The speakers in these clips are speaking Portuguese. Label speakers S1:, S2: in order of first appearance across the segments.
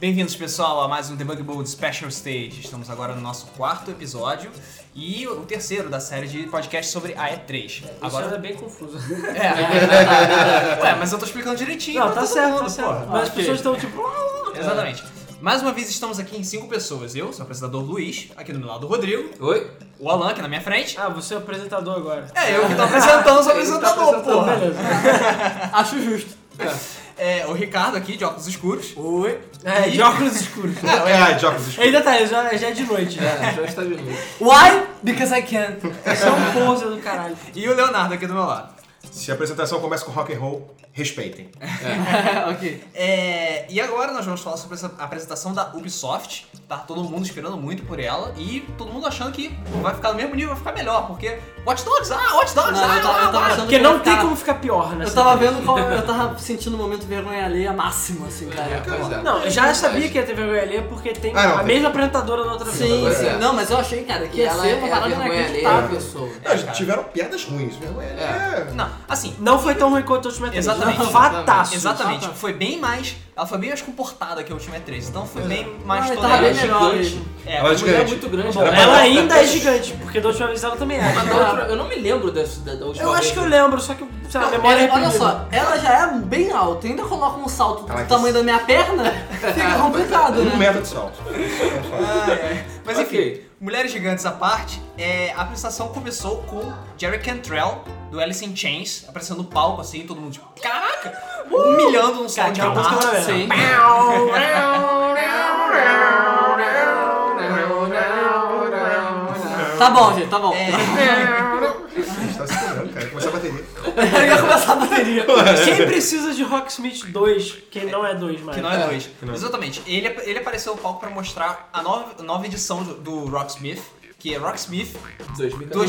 S1: Bem-vindos, pessoal, a mais um Debugbable Special Stage. Estamos agora no nosso quarto episódio e o terceiro da série de podcast sobre a E3.
S2: Agora
S1: Agora...
S2: é bem confuso.
S1: É. Ué, mas eu tô explicando direitinho.
S2: Não,
S1: pra
S2: tá
S1: todo
S2: certo,
S1: mundo,
S2: tá certo.
S1: porra.
S2: Mas as pessoas estão tipo.
S1: Exatamente. Mais uma vez estamos aqui em cinco pessoas. Eu, sou o apresentador Luiz, aqui do meu lado o Rodrigo,
S3: Oi?
S1: o Alan, aqui na minha frente.
S2: Ah, você é o apresentador agora.
S1: É, eu que tô apresentando, sou apresentador,
S2: Então,
S1: porra.
S2: beleza.
S3: Acho justo.
S1: É, o Ricardo aqui, de óculos escuros.
S2: Oi. É, de
S1: E-
S2: óculos escuros.
S4: É, de óculos
S2: E detalhe, já, já é de noite. Né?
S3: É, já está de noite.
S2: Why? Because I can. Você é um poser do caralho.
S1: E o Leonardo aqui do meu lado.
S4: Se a apresentação começa com rock and roll, respeitem.
S3: ok.
S1: É, e agora nós vamos falar sobre essa apresentação da Ubisoft. Tá todo mundo esperando muito por ela e todo mundo achando que vai ficar no mesmo nível, vai ficar melhor, porque Watch Dogs, ah, Watch Dogs,
S5: Não,
S1: ah,
S5: eu tava- eu
S1: ah,
S5: tava
S1: ah,
S5: achando-
S2: Porque não tem
S5: Tá.
S2: como ficar pior né? nessa.
S5: Eu tava
S2: vida.
S5: vendo qual. Eu tava sentindo um momento de vergonha alheia máximo, assim, cara.
S3: pois é.
S2: Não, eu já sabia que ia ter vergonha alheia porque tem
S4: Ah, não,
S2: a
S4: tem.
S2: mesma apresentadora da outra vez.
S5: Sim,
S3: Pois
S5: sim.
S3: é.
S5: assim, Não, mas eu achei, cara, que
S3: que
S5: ia
S3: ela é,
S5: ser
S3: é
S5: uma
S3: a
S5: parada
S3: vergonha alheia da
S5: inacreditável.
S3: pessoa.
S4: Não,
S1: cara.
S4: tiveram piadas ruins, vergonha. É.
S1: Não, assim,
S2: Não foi tão ruim quanto a última E3.
S1: Exatamente.
S2: Não, Fataço.
S1: exatamente, foi bem mais, ela foi bem mais comportada que a última E3, então foi bem mais
S5: Não, ele tava
S1: tolerante.
S5: bem
S3: Ela é
S5: melhor. assim.
S3: gigante.
S5: ele.
S1: É,
S4: Ela é
S3: Mulher
S4: gigante.
S3: muito grande.
S2: Bom,
S4: Era
S2: ela
S4: pra-
S2: ainda é gigante, porque da última vez ela também era.
S3: Mas da outra- eu não me lembro dessa, da, da última
S2: Eu acho
S3: vez.
S2: que eu lembro, só que sei lá, a
S5: Não,
S2: memória é
S5: ela- olha
S2: reprimida.
S5: só, ela já é bem alta, ainda coloca um salto do
S4: Ela é
S5: tamanho da minha perna, fica complicado,
S4: Um
S5: né?
S4: metro de salto.
S1: Mas enfim,
S3: Ok.
S1: Mulheres Gigantes à parte, é, a apresentação começou com Jerry Cantrell, do Alice in Chains, aparecendo no palco assim, todo mundo tipo, caraca,
S5: Uh!
S1: humilhando um som de assim.
S2: Aquela música
S1: amar.
S2: era
S5: Sim. Tá bom, gente, tá bom.
S3: É.
S1: É.
S4: Você tá se quebrando, cara. Começar a bateria.
S5: Eu ia começar a bateria.
S2: Quem precisa de Rocksmith 2, que não é 2 mais.
S1: Que não é dois. Exatamente. Ele, ele apareceu no palco pra mostrar a nova, nova edição do, do Rocksmith, que é Rocksmith 2014.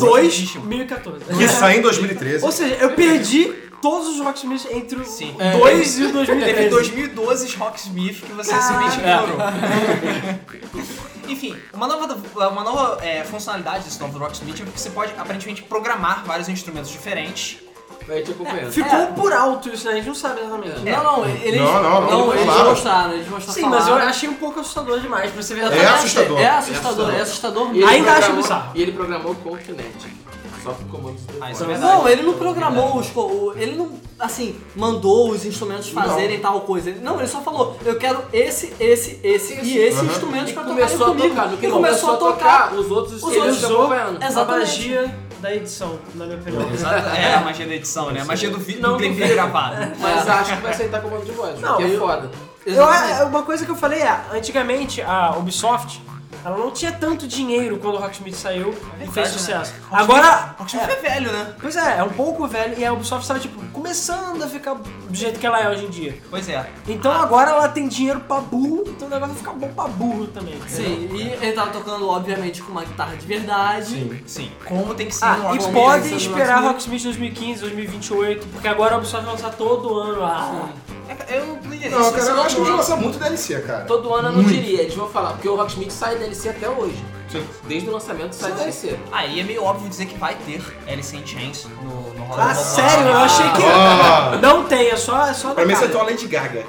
S2: 2, 2014.
S1: é
S4: Que sai em 2013.
S2: Ou seja, eu perdi todos os Rocksmith entre o
S1: Sim. É,
S2: 2 e o
S1: Teve
S2: 2013.
S1: 2012 Rocksmith que você simplesmente ignorou. Enfim, uma nova, uma nova é, funcionalidade desse novo Rocksmith é que você pode aparentemente programar vários instrumentos diferentes.
S3: Vai te acompanhando.
S2: Ficou
S1: É.
S2: por alto isso, né? A gente não sabe exatamente.
S5: Não, não, eles.
S4: Não, não, não,
S5: eles
S4: claro.
S5: mostraram, eles mostraram.
S2: Sim, mas eu achei um pouco assustador demais, pra você ver.
S4: É assustador.
S5: É assustador, é assustador
S3: E ele
S5: mesmo.
S2: Ainda acho
S3: programou-
S2: bizarro.
S3: E ele programou com o Kinect. Só com comandos do
S1: Ah, isso é
S3: telefone.
S1: verdade.
S5: Não, ele não programou os. co- o- Ele não, assim, mandou os instrumentos fazerem tal coisa. Ele- Não, ele só falou: eu quero esse, esse, esse e esse instrumento
S3: E
S5: pra tocar
S3: começou a
S5: comigo.
S3: tocar. No que
S5: e começou a tocar.
S3: os outros
S5: Os
S2: Ele
S3: eles
S5: outros-
S2: usou É,
S3: estavam acompanhando.
S2: a
S5: Exatamente.
S2: magia da edição, na minha opinião.
S1: É a magia da edição, né? A magia do vídeo do
S3: Não,
S1: clipe
S3: não vi.
S1: gravado.
S3: Mas acho que vai aceitar comando de voz,
S2: Não,
S3: porque é
S2: eu-
S3: foda.
S2: Eu,
S5: Exatamente.
S2: uma coisa que eu falei é, antigamente a Ubisoft, ela não tinha tanto dinheiro quando o Rocksmith saiu e fez
S1: né?
S2: sucesso. Agora,
S1: Rocksmith é velho, né?
S2: pois é, é um pouco velho e a Ubisoft estava tipo começando a ficar do jeito que ela é hoje em dia.
S1: Pois é.
S2: Então agora ela tem dinheiro pra burro, então o negócio vai ficar bom pra burro também. entendeu?
S5: Sim, e ele tava tocando, obviamente, com uma guitarra de verdade.
S1: Sim. Como tem que ser um no
S2: Ah, e
S1: Rocksmith.
S2: podem
S5: no
S2: esperar
S5: Rocksmith.
S2: Rocksmith 2015, 2028, porque agora a Ubisoft vai lançar todo ano. Ah,
S1: É, Eu não entendi
S4: Não,
S1: isso,
S4: cara,
S1: isso
S4: eu acho que eles
S1: não-
S4: vão lançar muito DLC, cara.
S3: Todo ano eu não diria, eles vão falar, porque o Rocksmith sai DLC até hoje.
S4: Sim.
S3: Desde o lançamento sai DLC.
S1: Aí é meio óbvio dizer que vai ter Alice in Chains no, no
S2: Ah, sério, eu achei que
S4: Ah,
S2: não tem, é só, é só
S4: pra
S2: da
S4: mim, você
S2: cara.
S4: tem uma Lady Gaga.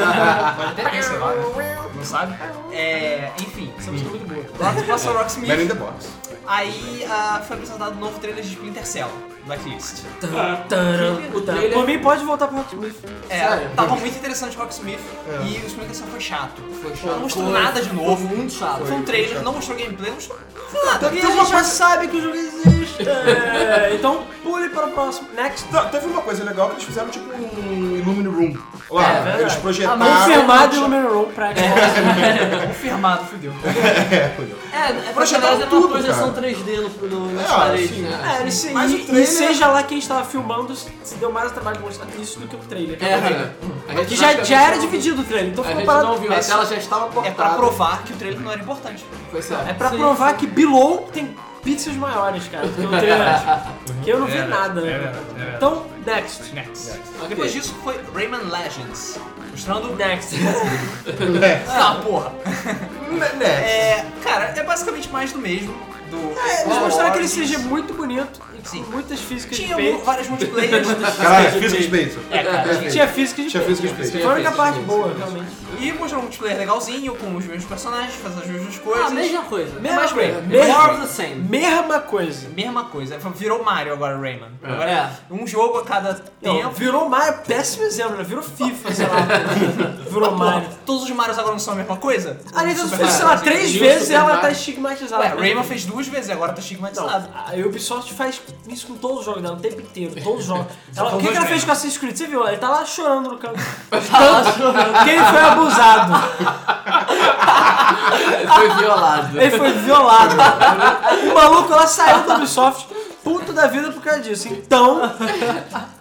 S1: Até tem, sei lá, né? Não sabe? É, enfim.
S2: Essa música é muito boa.
S1: Rock- Passou
S4: Man in
S1: Rocksmith.
S4: the Box.
S1: Aí ah, foi apresentado o novo trailer de Splinter Cell, Blacklist.
S2: Taran,
S3: O
S2: taran.
S3: trailer-
S2: Por mim, pode voltar pro Rocksmith.
S1: É,
S3: Sério?
S1: tava muito interessante Rocksmith e o Splinter Cell foi chato.
S3: Foi
S1: Não
S3: chato.
S1: mostrou nada de novo.
S5: Muito chato.
S1: Foi um trailer, não mostrou gameplay, não mostrou
S2: Então,
S5: Ah,
S1: nada.
S2: a gente já sabe que o jogo existe. É, então pule para o próximo. Next.
S4: Não, teve uma coisa legal que eles fizeram tipo um Illumine Room. Lá,
S2: É, verdade.
S4: eles projetaram. um
S2: Confirmado o número 1 pra Xbox.
S1: Confirmado, fudeu.
S4: É, fudeu.
S5: É, é pra
S4: Projetaram
S5: chegar uma
S4: tudo,
S5: projeção
S4: cara.
S5: 3D no, no, nas
S4: Ah,
S5: paredes,
S4: sim.
S5: né?
S2: É, eles-
S4: Mas o
S2: e,
S4: trailer-
S2: e seja lá quem estava filmando, se deu mais trabalho de mostrar isso do que o trailer.
S5: É,
S3: A gente
S2: Que já, já era
S3: praticamente-
S2: dividido o trailer, então
S3: A
S2: ficou
S3: gente
S2: parado.
S3: não viu, a tela já estava cortada.
S1: É pra provar que o trailer não era importante.
S3: Foi só.
S2: É pra provar que Below tem pixels maiores, cara, do que o
S3: é
S2: trailer. antes. que eu não vi
S1: É,
S2: nada,
S1: é,
S2: né?
S1: é, é.
S2: Então, next.
S1: Next.
S3: Ok.
S1: Depois disso foi Rayman Legends. Mostrando.
S2: Next.
S4: É.
S1: Ah, porra.
S4: Né, né.
S1: né? É, cara, é basicamente é mais do mesmo. do.
S2: Eles
S1: Overwatch.
S2: mostraram aquele CG muito bonito e com
S1: Sim.
S2: muitas físicas
S1: Tinha
S2: de peito.
S1: várias multiplayers.
S2: né?
S4: Caralho, física de peito.
S2: É, cara, tinha física de
S4: Tinha
S2: peito.
S4: física de peito.
S2: Foi a única parte boa, realmente.
S1: E mostrou um multiplayer legalzinho, com os mesmos personagens, fazendo as mesmas coisas.
S5: Ah, mesma coisa.
S1: Mesma
S5: Mas,
S1: coisa.
S5: More
S2: Mesma-
S5: of the same.
S2: Mesma coisa.
S1: Mesma coisa. Virou Mario agora, Rayman. Agora
S5: É.
S1: um jogo a cada
S2: Não,
S1: tempo.
S2: virou Mario, péssimo exemplo, né? Virou FIFA, sei lá. virou Mario.
S1: Todos os Marios agora não são a mesma coisa?
S2: Aliás,
S1: Super
S2: eu fiz, sei
S1: Mario.
S2: lá, três
S3: E o
S2: vezes e
S3: Super
S2: ela
S3: Mario?
S2: tá estigmatizada.
S1: Ué, Rayman fez duas vezes e agora tá estigmatizado.
S2: Não, a Ubisoft faz isso com todos os jogos dela, o tempo inteiro, todos os jogos. Ela-
S1: são
S2: o que, que
S1: dois
S2: ela fez
S1: mesmo.
S2: com Assassin's Creed? Você viu? Ele tá lá chorando no canto.
S5: Tá
S2: Porque ele foi abusado.
S3: Foi violado.
S2: Ele foi violado. o maluco lá saiu da Ubisoft, puto da vida por causa disso. Então,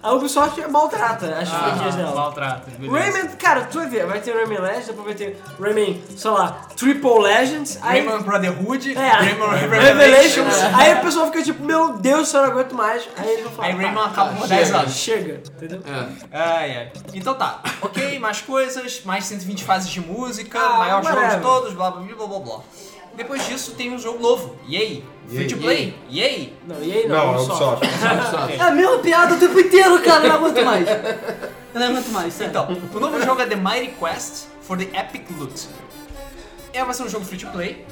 S2: a Ubisoft é maltrata as
S1: Ah,
S2: franquias dela.
S1: maltrato.
S2: Rayman, cara, tu vai ver, vai ter Rayman Legends, depois vai ter Rayman, sei lá, Triple Legends, aí.
S1: Rayman Brotherhood,
S2: é,
S1: Rayman
S2: Revelations.
S1: Revelations. é.
S2: Aí o pessoal fica tipo, meu Deus, eu não aguento mais. Aí eles vão falar.
S1: Aí Rayman
S2: "Pá,
S1: acaba por
S3: chega.
S1: 10 anos.
S2: Chega, entendeu?
S3: É.
S1: Ai, ai. Então tá, ok, mais coisas, mais 120 fases de música,
S2: Ah,
S1: maior jogo
S2: whatever.
S1: de todos, blá blá blá blá blá blá. Depois disso tem um jogo novo, yay! Free to play, yay!
S2: Não, e aí não.
S4: Não, é
S2: só.
S4: Ubisoft.
S5: É a mesma piada o tempo inteiro, cara. Eu não aguento mais. Eu não aguento mais, sério.
S1: Então, o novo jogo é The Mighty Quest for the Epic Loot. É, vai ser um jogo free to play.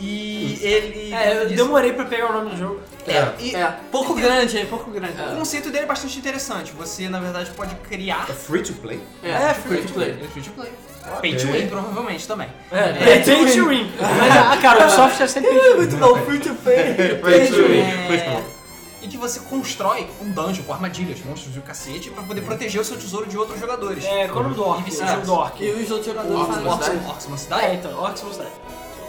S1: E ele.
S2: É, eu
S1: isso-
S2: demorei pra pegar o nome do jogo.
S1: É, e
S3: É.
S5: pouco grande, é pouco grande.
S1: O conceito dele é bastante interessante. Você, na verdade, pode criar.
S4: É free to play?
S3: É,
S2: É, free to play.
S1: Ele é free to play. Pay to win, provavelmente também.
S2: É, é pay to win. Mas, ah, cara, o Ubisoft é sempre pay to win.
S5: Muito bom, free to play.
S4: Free to
S1: É, em que você constrói um dungeon com armadilhas, monstros e o cacete pra poder proteger o seu tesouro de outros jogadores.
S2: É, qual é o nome do Orc?
S1: E
S2: O jogo do
S5: E
S2: Orc.
S5: os outros
S3: Nossa,
S5: jogadores falam.
S1: Orcs,
S3: cidade?
S1: Orcs, uma
S2: É,
S1: cidade.
S2: então, Orcs Must Die.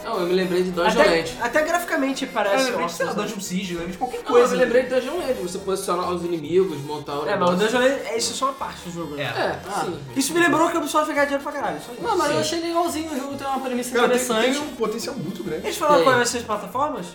S3: Não, eu me lembrei de Dungeon Land.
S2: Até, até graficamente
S1: Eu
S2: parece
S1: lembrei de,
S2: Orcs
S1: sei lá,
S2: Must Die.
S1: um Dungeon Siege, eu lembrei de qualquer
S3: Não, eu
S1: coisa.
S3: me lembrei de Dungeon Land. Você posicionar os inimigos, montar o
S2: É, mas o
S3: negócio.
S2: Dungeon Land, é- isso é só uma parte do jogo, né?
S1: É.
S3: É, sim.
S2: Isso me lembrou que o Ubisoft vai ganhar dinheiro pra caralho. Só isso.
S5: Não, mas eu achei legalzinho, o jogo tem uma premissa
S4: Cara, tem,
S5: interessante.
S4: tem um potencial muito grande.
S2: Eles falaram
S3: Tem.
S2: quais vai ser as plataformas?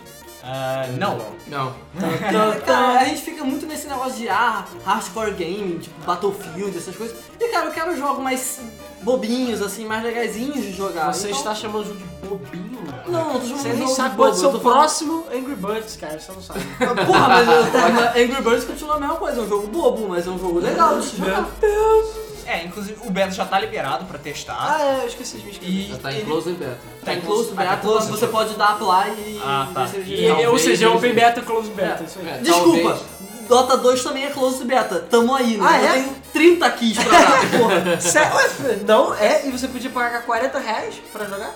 S1: Ah, não.
S3: Não.
S5: Então, cara, a gente fica muito nesse negócio de ah, hardcore game, tipo Battlefield, essas coisas. E cara, eu quero jogos mais bobinhos, assim, mais legaisinhos de jogar.
S2: Ah, Você
S5: Então-
S2: está chamando o jogo de bobinho?
S5: Não, eu tô chamando
S2: Você
S5: de
S2: nem
S5: jogo
S2: sabe
S5: de
S2: qual
S5: bobo,
S2: é o seu
S5: eu tô falando-
S2: próximo Angry Birds, cara. Você não sabe. Tá
S5: Porra, mas eu, Angry Birds continua a mesma coisa, é um jogo bobo, mas é um jogo legal de se
S2: né?
S5: jogar.
S1: É, inclusive o beta já tá liberado pra testar.
S2: Ah, é, eu esqueci de me inscrever.
S1: E
S3: Já tá
S1: ele-
S3: em Close and Beta.
S5: Tá em
S1: close-
S5: close
S1: ah, tá
S5: beta,
S1: close.
S5: você pode dar apply e
S1: Ah, tá.
S5: ver se ele
S1: E-
S5: joga.
S2: ou
S3: talvez
S2: seja, é open
S3: isso-
S2: beta, close beta. Isso aí.
S3: É.
S5: Desculpa,
S3: talvez.
S5: Dota 2 também é close beta, tamo aí, né?
S2: Ah,
S5: eu
S2: é?
S5: tenho 30 keys pra dar, porra.
S2: Sério? Não, é? E você podia pagar 40 reais pra jogar?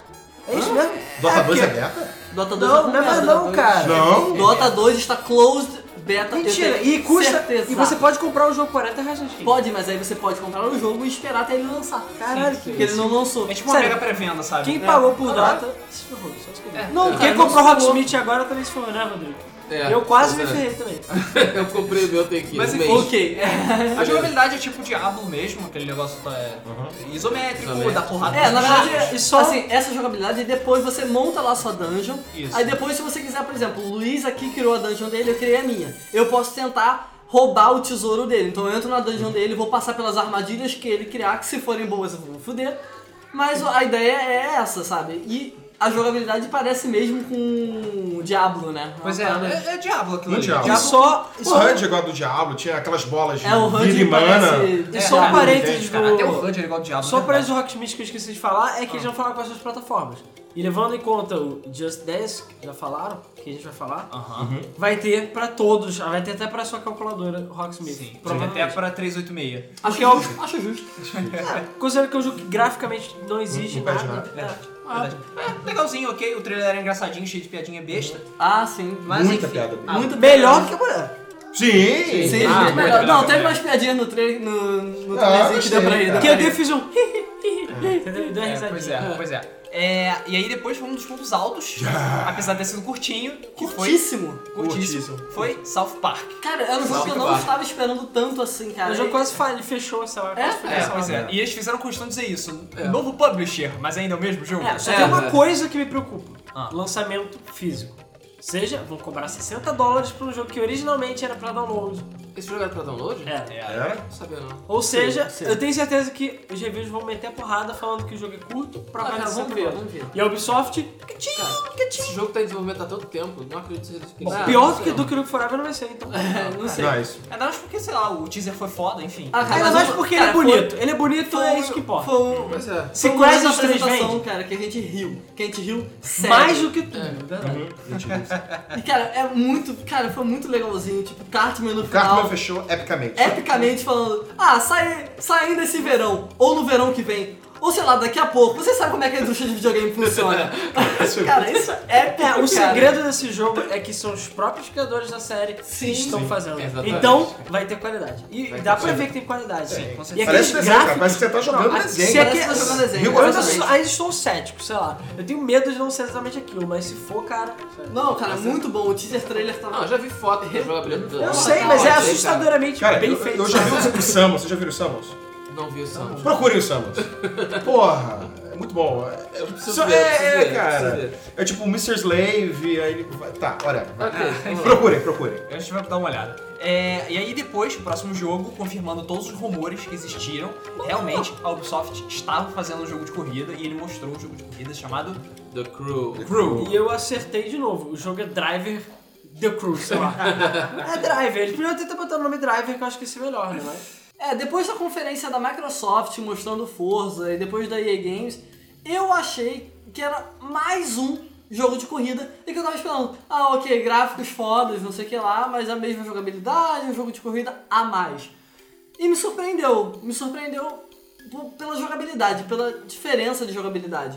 S2: É isso mesmo?
S4: Dota 2 é
S2: porque-
S4: beta?
S5: Dota 2 é
S2: Não,
S5: com
S2: não é mais
S5: beta,
S2: não,
S5: né?
S2: cara.
S4: Não.
S5: Dota 2 está closed beta. eu
S2: Mentira,
S5: tenho
S2: e custa.
S5: certeza.
S2: E você pode comprar o jogo 40 reais na Steam.
S5: Pode, mas aí você pode comprar o jogo e esperar até ele lançar.
S2: Caralho, que
S5: Porque ele não lançou.
S1: É tipo uma
S2: Sério.
S1: mega prevenda, sabe?
S2: Quem
S1: É.
S2: pagou por
S1: Caraca.
S2: data se ferrou, só se ferrou.
S5: Não, cara,
S2: Quem
S5: não
S2: comprou
S5: sou-
S2: Rocksmith agora também se ferrou, né, Rodrigo?
S3: É,
S2: Eu quase me
S3: pois é.
S2: ferrei também.
S3: Eu comprei o meu tem que ir.
S1: Mas
S3: um
S1: enfim,
S3: mês.
S5: Ok.
S1: A jogabilidade é tipo Diablo mesmo, aquele negócio tá, é, isométrico,
S3: Isométrico.
S1: dá porrada.
S5: É, na verdade,
S2: e só-
S5: assim, essa jogabilidade, e depois você monta lá a sua dungeon.
S1: Isso.
S5: Aí depois, se você quiser, por exemplo, o Luiz aqui criou a dungeon dele, eu criei a minha. Eu posso tentar roubar o tesouro dele. Então eu entro na dungeon dele, vou passar pelas armadilhas que ele criar, que se forem boas eu vou foder. Mas a ideia é essa, sabe? E a jogabilidade parece mesmo com o Diablo, né?
S1: Pois é,
S5: Uma parada-
S1: é, é Diablo aquilo
S4: Um
S1: ali.
S4: Diablo.
S2: E só. e
S4: é O
S2: só-
S4: HUD igual do Diablo, tinha aquelas bolas de
S5: É, o HUD
S4: vida humana.
S5: parece-
S2: E só
S1: É,
S2: um parênteses do.
S1: Cara, até o HUD é igual ao Diablo.
S2: Só
S1: né?
S2: para o Rocksmith que eu esqueci de falar é que
S1: Ah.
S2: eles não falaram quais são as plataformas. E levando em conta o Just Dance, que já falaram, que a gente vai falar,
S1: Aham.
S2: vai ter pra todos, vai ter até pra sua calculadora o Rocksmith.
S1: Sim, Sim,
S2: provavelmente.
S1: até pra 386.
S5: Acho justo, acho justo.
S2: Considerando que é um jogo que graficamente não tá? exige
S4: Não perde
S2: nada.
S1: É, verdade. É, legalzinho, ok. O trailer era engraçadinho, cheio de piadinha besta.
S5: Ah, sim.
S1: Mas
S4: Muita
S1: enfim.
S4: piada.
S1: Ah,
S5: Muito
S2: Melhor do que a mulher.
S4: Sim!
S5: Sim,
S3: Ah,
S5: muito
S3: muito
S5: melhor. Não,
S1: melhor,
S5: teve
S1: melhor.
S5: umas piadinhas no trailer no, no
S4: Ah,
S5: trailerzinho que deu
S4: achei,
S5: pra ir. né?
S4: cara.
S2: Que eu dei fiz um. Entendeu? Deu uma
S1: É,
S2: risadinha.
S1: pois é, pois é. É, E aí depois foi um dos pontos altos, apesar de ter sido curtinho, que foi
S5: Curtíssimo.
S1: curtíssimo. Foi South Park.
S5: Cara, era um jogo que eu não
S3: Claro.
S5: estava esperando tanto assim, cara.
S2: O jogo quase fa- ele fechou, sei lá.
S5: É?
S2: quase fechou,
S1: É,
S2: sei lá.
S1: pois é. E eles fizeram questão de dizer isso. Novo publisher, mas ainda é o mesmo jogo?
S2: É, só
S5: É,
S2: tem uma
S3: é.
S2: coisa que me preocupa:
S1: Ah.
S2: lançamento físico. Ou Seja, vão cobrar 60 dólares por um jogo que originalmente era pra download.
S3: Esse jogo era pra download?
S2: É.
S4: É?
S3: Não sabia não.
S2: Ou seja,
S5: Sim, sim.
S2: eu tenho certeza que os reviews vão meter a porrada falando que o jogo é curto, pra
S5: Ah,
S2: cara,
S5: cara,
S2: vamos
S5: vamos
S2: ver.
S5: ver, vamos ver.
S2: E a Ubisoft,
S3: Cara, esse jogo tá em desenvolvimento há tanto tempo, não acredito que eles
S2: bom,
S3: Ah,
S2: pior
S3: não
S2: do
S3: sei
S2: que
S3: não.
S2: Duke Nukem Forever não vai ser, então.
S5: Não sei.
S4: Não, é isso.
S1: Ainda mais porque, sei lá, o teaser foi foda, enfim.
S5: Ah, cara,
S2: Ainda
S5: mas
S2: mais
S5: o-
S2: porque ele
S5: cara,
S2: é bonito. Ele é bonito,
S5: Foi,
S2: é isso que importa.
S5: Foi um,
S3: Pois é.
S2: Se
S5: foi um
S2: Crash
S5: momento da
S2: 3
S5: apresentação,
S2: vem,
S5: cara, que a gente riu. Que a gente riu sério.
S2: mais do que tudo.
S3: É.
S5: Verdade.
S4: Gente, isso.
S5: E, cara, é muito... Cara, foi muito legalzinho. Tipo, Cartman no
S4: O Cartman
S5: final.
S4: fechou epicamente.
S5: É, epicamente falando: Ah, sai, sai ainda esse verão, ou no verão que vem, ou sei lá, daqui a pouco. Você sabe como é que a indústria de videogame funciona. cara, isso é épico,
S2: É, o
S5: cara.
S2: segredo desse jogo é que são os próprios criadores da série
S5: Sim.
S2: que estão
S5: Sim,
S2: fazendo.
S3: exatamente.
S2: Então, vai ter qualidade. E
S3: Vai
S2: dá
S3: ter
S2: pra
S3: sim.
S2: ver que tem qualidade, sim.
S1: com
S2: E
S1: certeza.
S2: aqueles
S4: Parece desenho, cara.
S2: gráficos...
S4: Parece que você tá jogando
S2: Não,
S4: desenho.
S2: se aqui-
S5: É, Parece que você tá jogando desenho,
S2: Eu
S5: parece
S2: ainda,
S5: que-
S2: sou- ainda estou cético, sei lá. Eu tenho medo de não ser exatamente aquilo, mas se for, cara...
S5: Não, cara, muito bom. O teaser trailer tá
S3: Não, eu já vi foto do jogabilidade.
S2: Eu sei, mas é
S3: Não,
S2: assustadoramente
S4: Cara,
S2: bem
S4: eu,
S2: feito.
S4: eu já vi um o- o Samus. Vocês já viram o Samus?
S3: cara. Não vi o Samus.
S4: Procurem o Samus. Porra, é muito bom. É, é-
S3: preciso
S4: só-
S3: ver,
S4: é,
S3: preciso
S4: é,
S3: ver,
S4: cara.
S3: preciso ver.
S4: É tipo o Mr. Slave, aí ele. vai- Tá, olha. vai.
S3: Ok,
S2: Ah,
S3: vamos lá.
S4: Procurem, procurem.
S1: A gente vai dar uma olhada. É, e aí depois, o próximo jogo, confirmando todos os rumores que existiram, realmente a Ubisoft estava fazendo um jogo de corrida e ele mostrou um jogo de corrida chamado
S3: The Crew.
S1: Crew.
S2: E eu acertei de novo. O jogo é Driver The Cruise, sei lá. é Driver. Eles podiam tentar botar o nome Driver, que eu acho que ia ser melhor, né? Mas...
S5: É, depois da conferência da Microsoft mostrando Forza e depois da EA Games, eu achei que era mais um jogo de corrida e que eu tava esperando. Ah, ok, gráficos fodas, não sei o que lá, mas a mesma jogabilidade, um jogo de corrida a mais. E me surpreendeu, me surpreendeu p- pela jogabilidade, pela diferença de jogabilidade.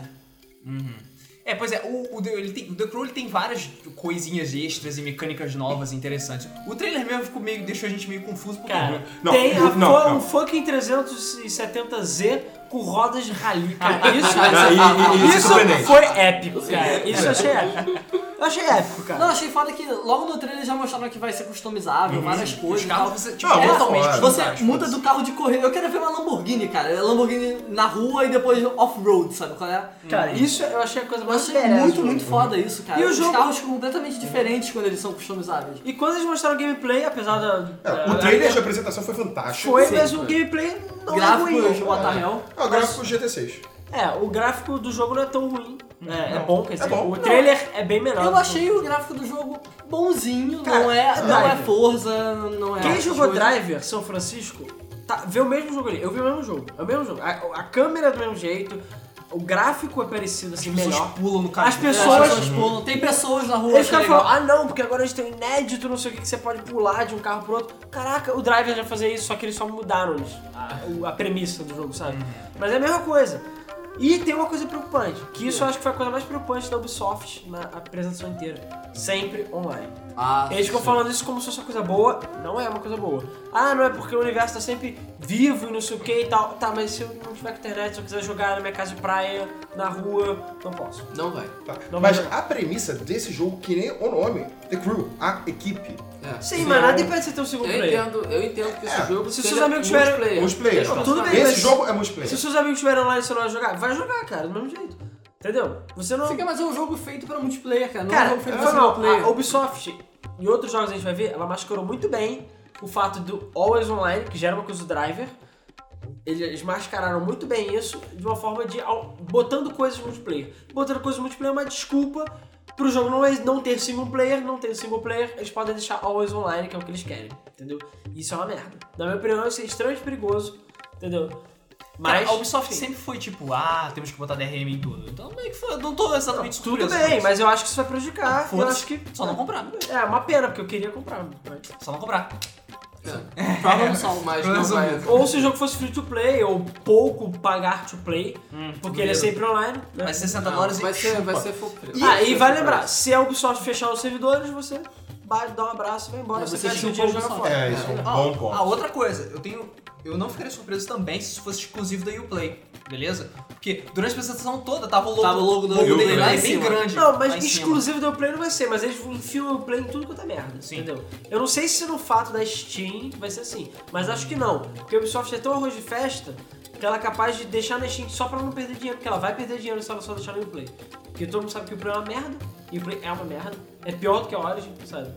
S1: É, pois é, o, o The, ele tem, o The Crew ele tem várias coisinhas extras e mecânicas novas interessantes. O trailer mesmo ficou meio, deixou a gente meio confuso porque
S2: Cara,
S4: Não,
S2: tem a,
S4: não,
S2: fu-
S4: não.
S2: um Fucking 370Z com rodas de rally, cara. Isso, é
S4: e- e- e-
S2: isso,
S4: é surpreendente.
S2: foi épico, cara. Isso eu achei épico. Eu achei épico,
S5: Não,
S2: cara.
S5: achei foda que logo no trailer já mostraram que vai ser customizável, várias coisas.
S1: Uhum. os
S5: e
S1: carros
S5: tal.
S1: você, tipo,
S4: Ah,
S5: É,
S1: totalmente
S4: claro.
S5: você
S1: customizados,
S5: muda
S1: foda-se.
S5: do carro de corrida. Eu quero ver uma Lamborghini, cara. É Lamborghini na rua e depois off-road, sabe qual é?
S2: Cara, isso eu achei a coisa
S5: Eu
S2: mais
S5: achei
S2: badass,
S5: muito,
S2: mano.
S5: muito foda isso, cara.
S2: E o
S5: Os
S2: jogo-
S5: carros completamente diferentes quando eles são customizáveis.
S2: E quando eles mostraram o gameplay, apesar da...
S4: É,
S2: da-
S4: o trailer de apresentação foi fantástico.
S2: Foi,
S5: Sim,
S2: mas o
S5: foi.
S2: gameplay não é ruim.
S5: Gráficos, o Atahel.
S4: É o gráfico GT6.
S2: É, o gráfico do jogo não é tão ruim. É, é bom, quer dizer,
S4: bom.
S2: o trailer é bem melhor.
S5: Eu achei o gráfico do jogo bonzinho,
S2: Cara,
S5: não é, não é
S2: Driver.
S5: Forza, não é...
S2: Quem
S5: essas
S2: jogou
S5: coisas.
S2: Driver São Francisco tá, vê o mesmo jogo ali. Eu vi o mesmo jogo. É o mesmo jogo. A, a câmera é do mesmo jeito, o gráfico é parecido, assim,
S1: As pessoas
S2: melhor.
S1: pulam no carro.
S2: As
S5: É, as
S2: pessoas.
S5: pessoas pulam, tem pessoas na rua,
S2: Eles
S5: achei
S2: ficaram
S5: legal.
S2: falando, ah não, porque agora a gente tem um inédito, não sei o que, que você pode pular de um carro pro outro. Caraca, o Driver já fazia isso, só que eles só mudaram eles, a, o- a premissa do jogo,
S3: Uhum.
S2: sabe? Mas é a mesma coisa. E tem uma coisa preocupante, que isso eu acho que foi a coisa mais preocupante da Ubisoft na apresentação inteira. Sempre online.
S3: Ah,
S2: Eles ficam
S3: sim.
S2: falando É isso como se fosse uma coisa boa, não é uma coisa boa. Ah, não é porque o universo tá sempre vivo e não sei o que e tal. Tá, mas se eu não tiver com internet, se eu quiser jogar na minha casa de praia, na rua, não posso.
S3: Não vai.
S4: Tá.
S2: Não,
S4: Mas
S2: mas-
S4: a premissa desse jogo, que nem o nome, The Crew, a equipe.
S3: É.
S2: Sim, mas nada impede você ter um segundo
S3: Eu
S2: player.
S3: entendo, eu entendo que esse
S4: É.
S3: jogo
S2: Se
S3: seja
S2: seus amigos tiverem-
S3: multiplayer.
S4: Multiplayer.
S3: Não,
S2: tudo bem,
S4: Esse
S2: mas-
S4: jogo é
S2: Se
S4: multiplayer.
S2: seus amigos tiverem online e você não vai jogar, vai jogar, cara, do mesmo jeito. Entendeu? Você não.
S5: Fica, mas é um jogo feito pra multiplayer, cara. Não é um
S2: Cara,
S5: jogo feito
S2: foi
S5: pra
S2: mal.
S5: single player.
S2: A Ubisoft, em outros jogos a gente vai ver, ela mascarou muito bem o fato do Always Online, que já era uma coisa do driver. Eles mascararam muito bem isso de uma forma de ao- botando coisas multiplayer. Botando coisas multiplayer é uma desculpa pro jogo não, é, não ter single player, não ter single player, eles podem deixar Always Online, que é o que eles querem, entendeu? Isso é uma merda. Na minha opinião, isso é extremamente perigoso, entendeu?
S1: Cara,
S2: Mas
S1: a Ubisoft
S2: enfim.
S1: sempre foi tipo, ah, temos que botar DRM em tudo. Então meio que foi, eu não tô exatamente
S2: Tudo
S1: surpreso com
S2: bem,
S1: isso.
S2: mas eu acho que isso vai prejudicar. Eu
S1: assim. Foda-se.
S2: acho que.
S1: Só não comprar.
S2: É uma pena, porque eu queria comprar. mas-
S1: Só não comprar.
S3: É.
S5: Problem solved.
S3: Mas não vai.
S2: Ou se o jogo fosse free to play, ou pouco pagar to play, porque ele é
S3: primeiro.
S2: sempre online. Né?
S1: Hum, Mas 60
S3: Não,
S1: dólares
S3: vai
S1: e
S3: ser, vai
S1: chupa.
S3: ser full preço.
S2: Ah, e vai lembrar, se a Ubisoft fechar os servidores, você vai dar um abraço e vai embora.
S5: Mas
S2: Você
S5: você
S2: quer seu
S5: xinga
S2: dinheiro
S5: o
S2: joga
S5: Ubisoft.
S2: fora.
S4: É, isso é um
S1: Ah,
S4: bom
S1: Ah,
S4: ponto.
S1: outra coisa, eu tenho. Eu não ficaria surpreso também se isso fosse exclusivo da Uplay, beleza? Porque durante a apresentação toda tava o logo,
S5: Tava o logo do
S1: dele
S5: Uplay
S1: lá
S5: lá
S1: e
S5: em
S1: É bem
S5: cima.
S1: grande.
S2: Não, mas
S1: lá em cima.
S2: exclusivo do Play não vai ser, mas eles enfiam o Play em tudo quanto é merda,
S1: Sim.
S2: entendeu? Eu não sei se no fato da Steam vai ser assim, mas acho que não, porque a Ubisoft é tão arroz de festa que ela é capaz de deixar na Steam só pra não perder dinheiro, porque ela vai perder dinheiro se ela só deixar no Play. Porque todo mundo sabe que o Play é uma merda, e o Play é uma merda, é pior do que a Origin, sabe?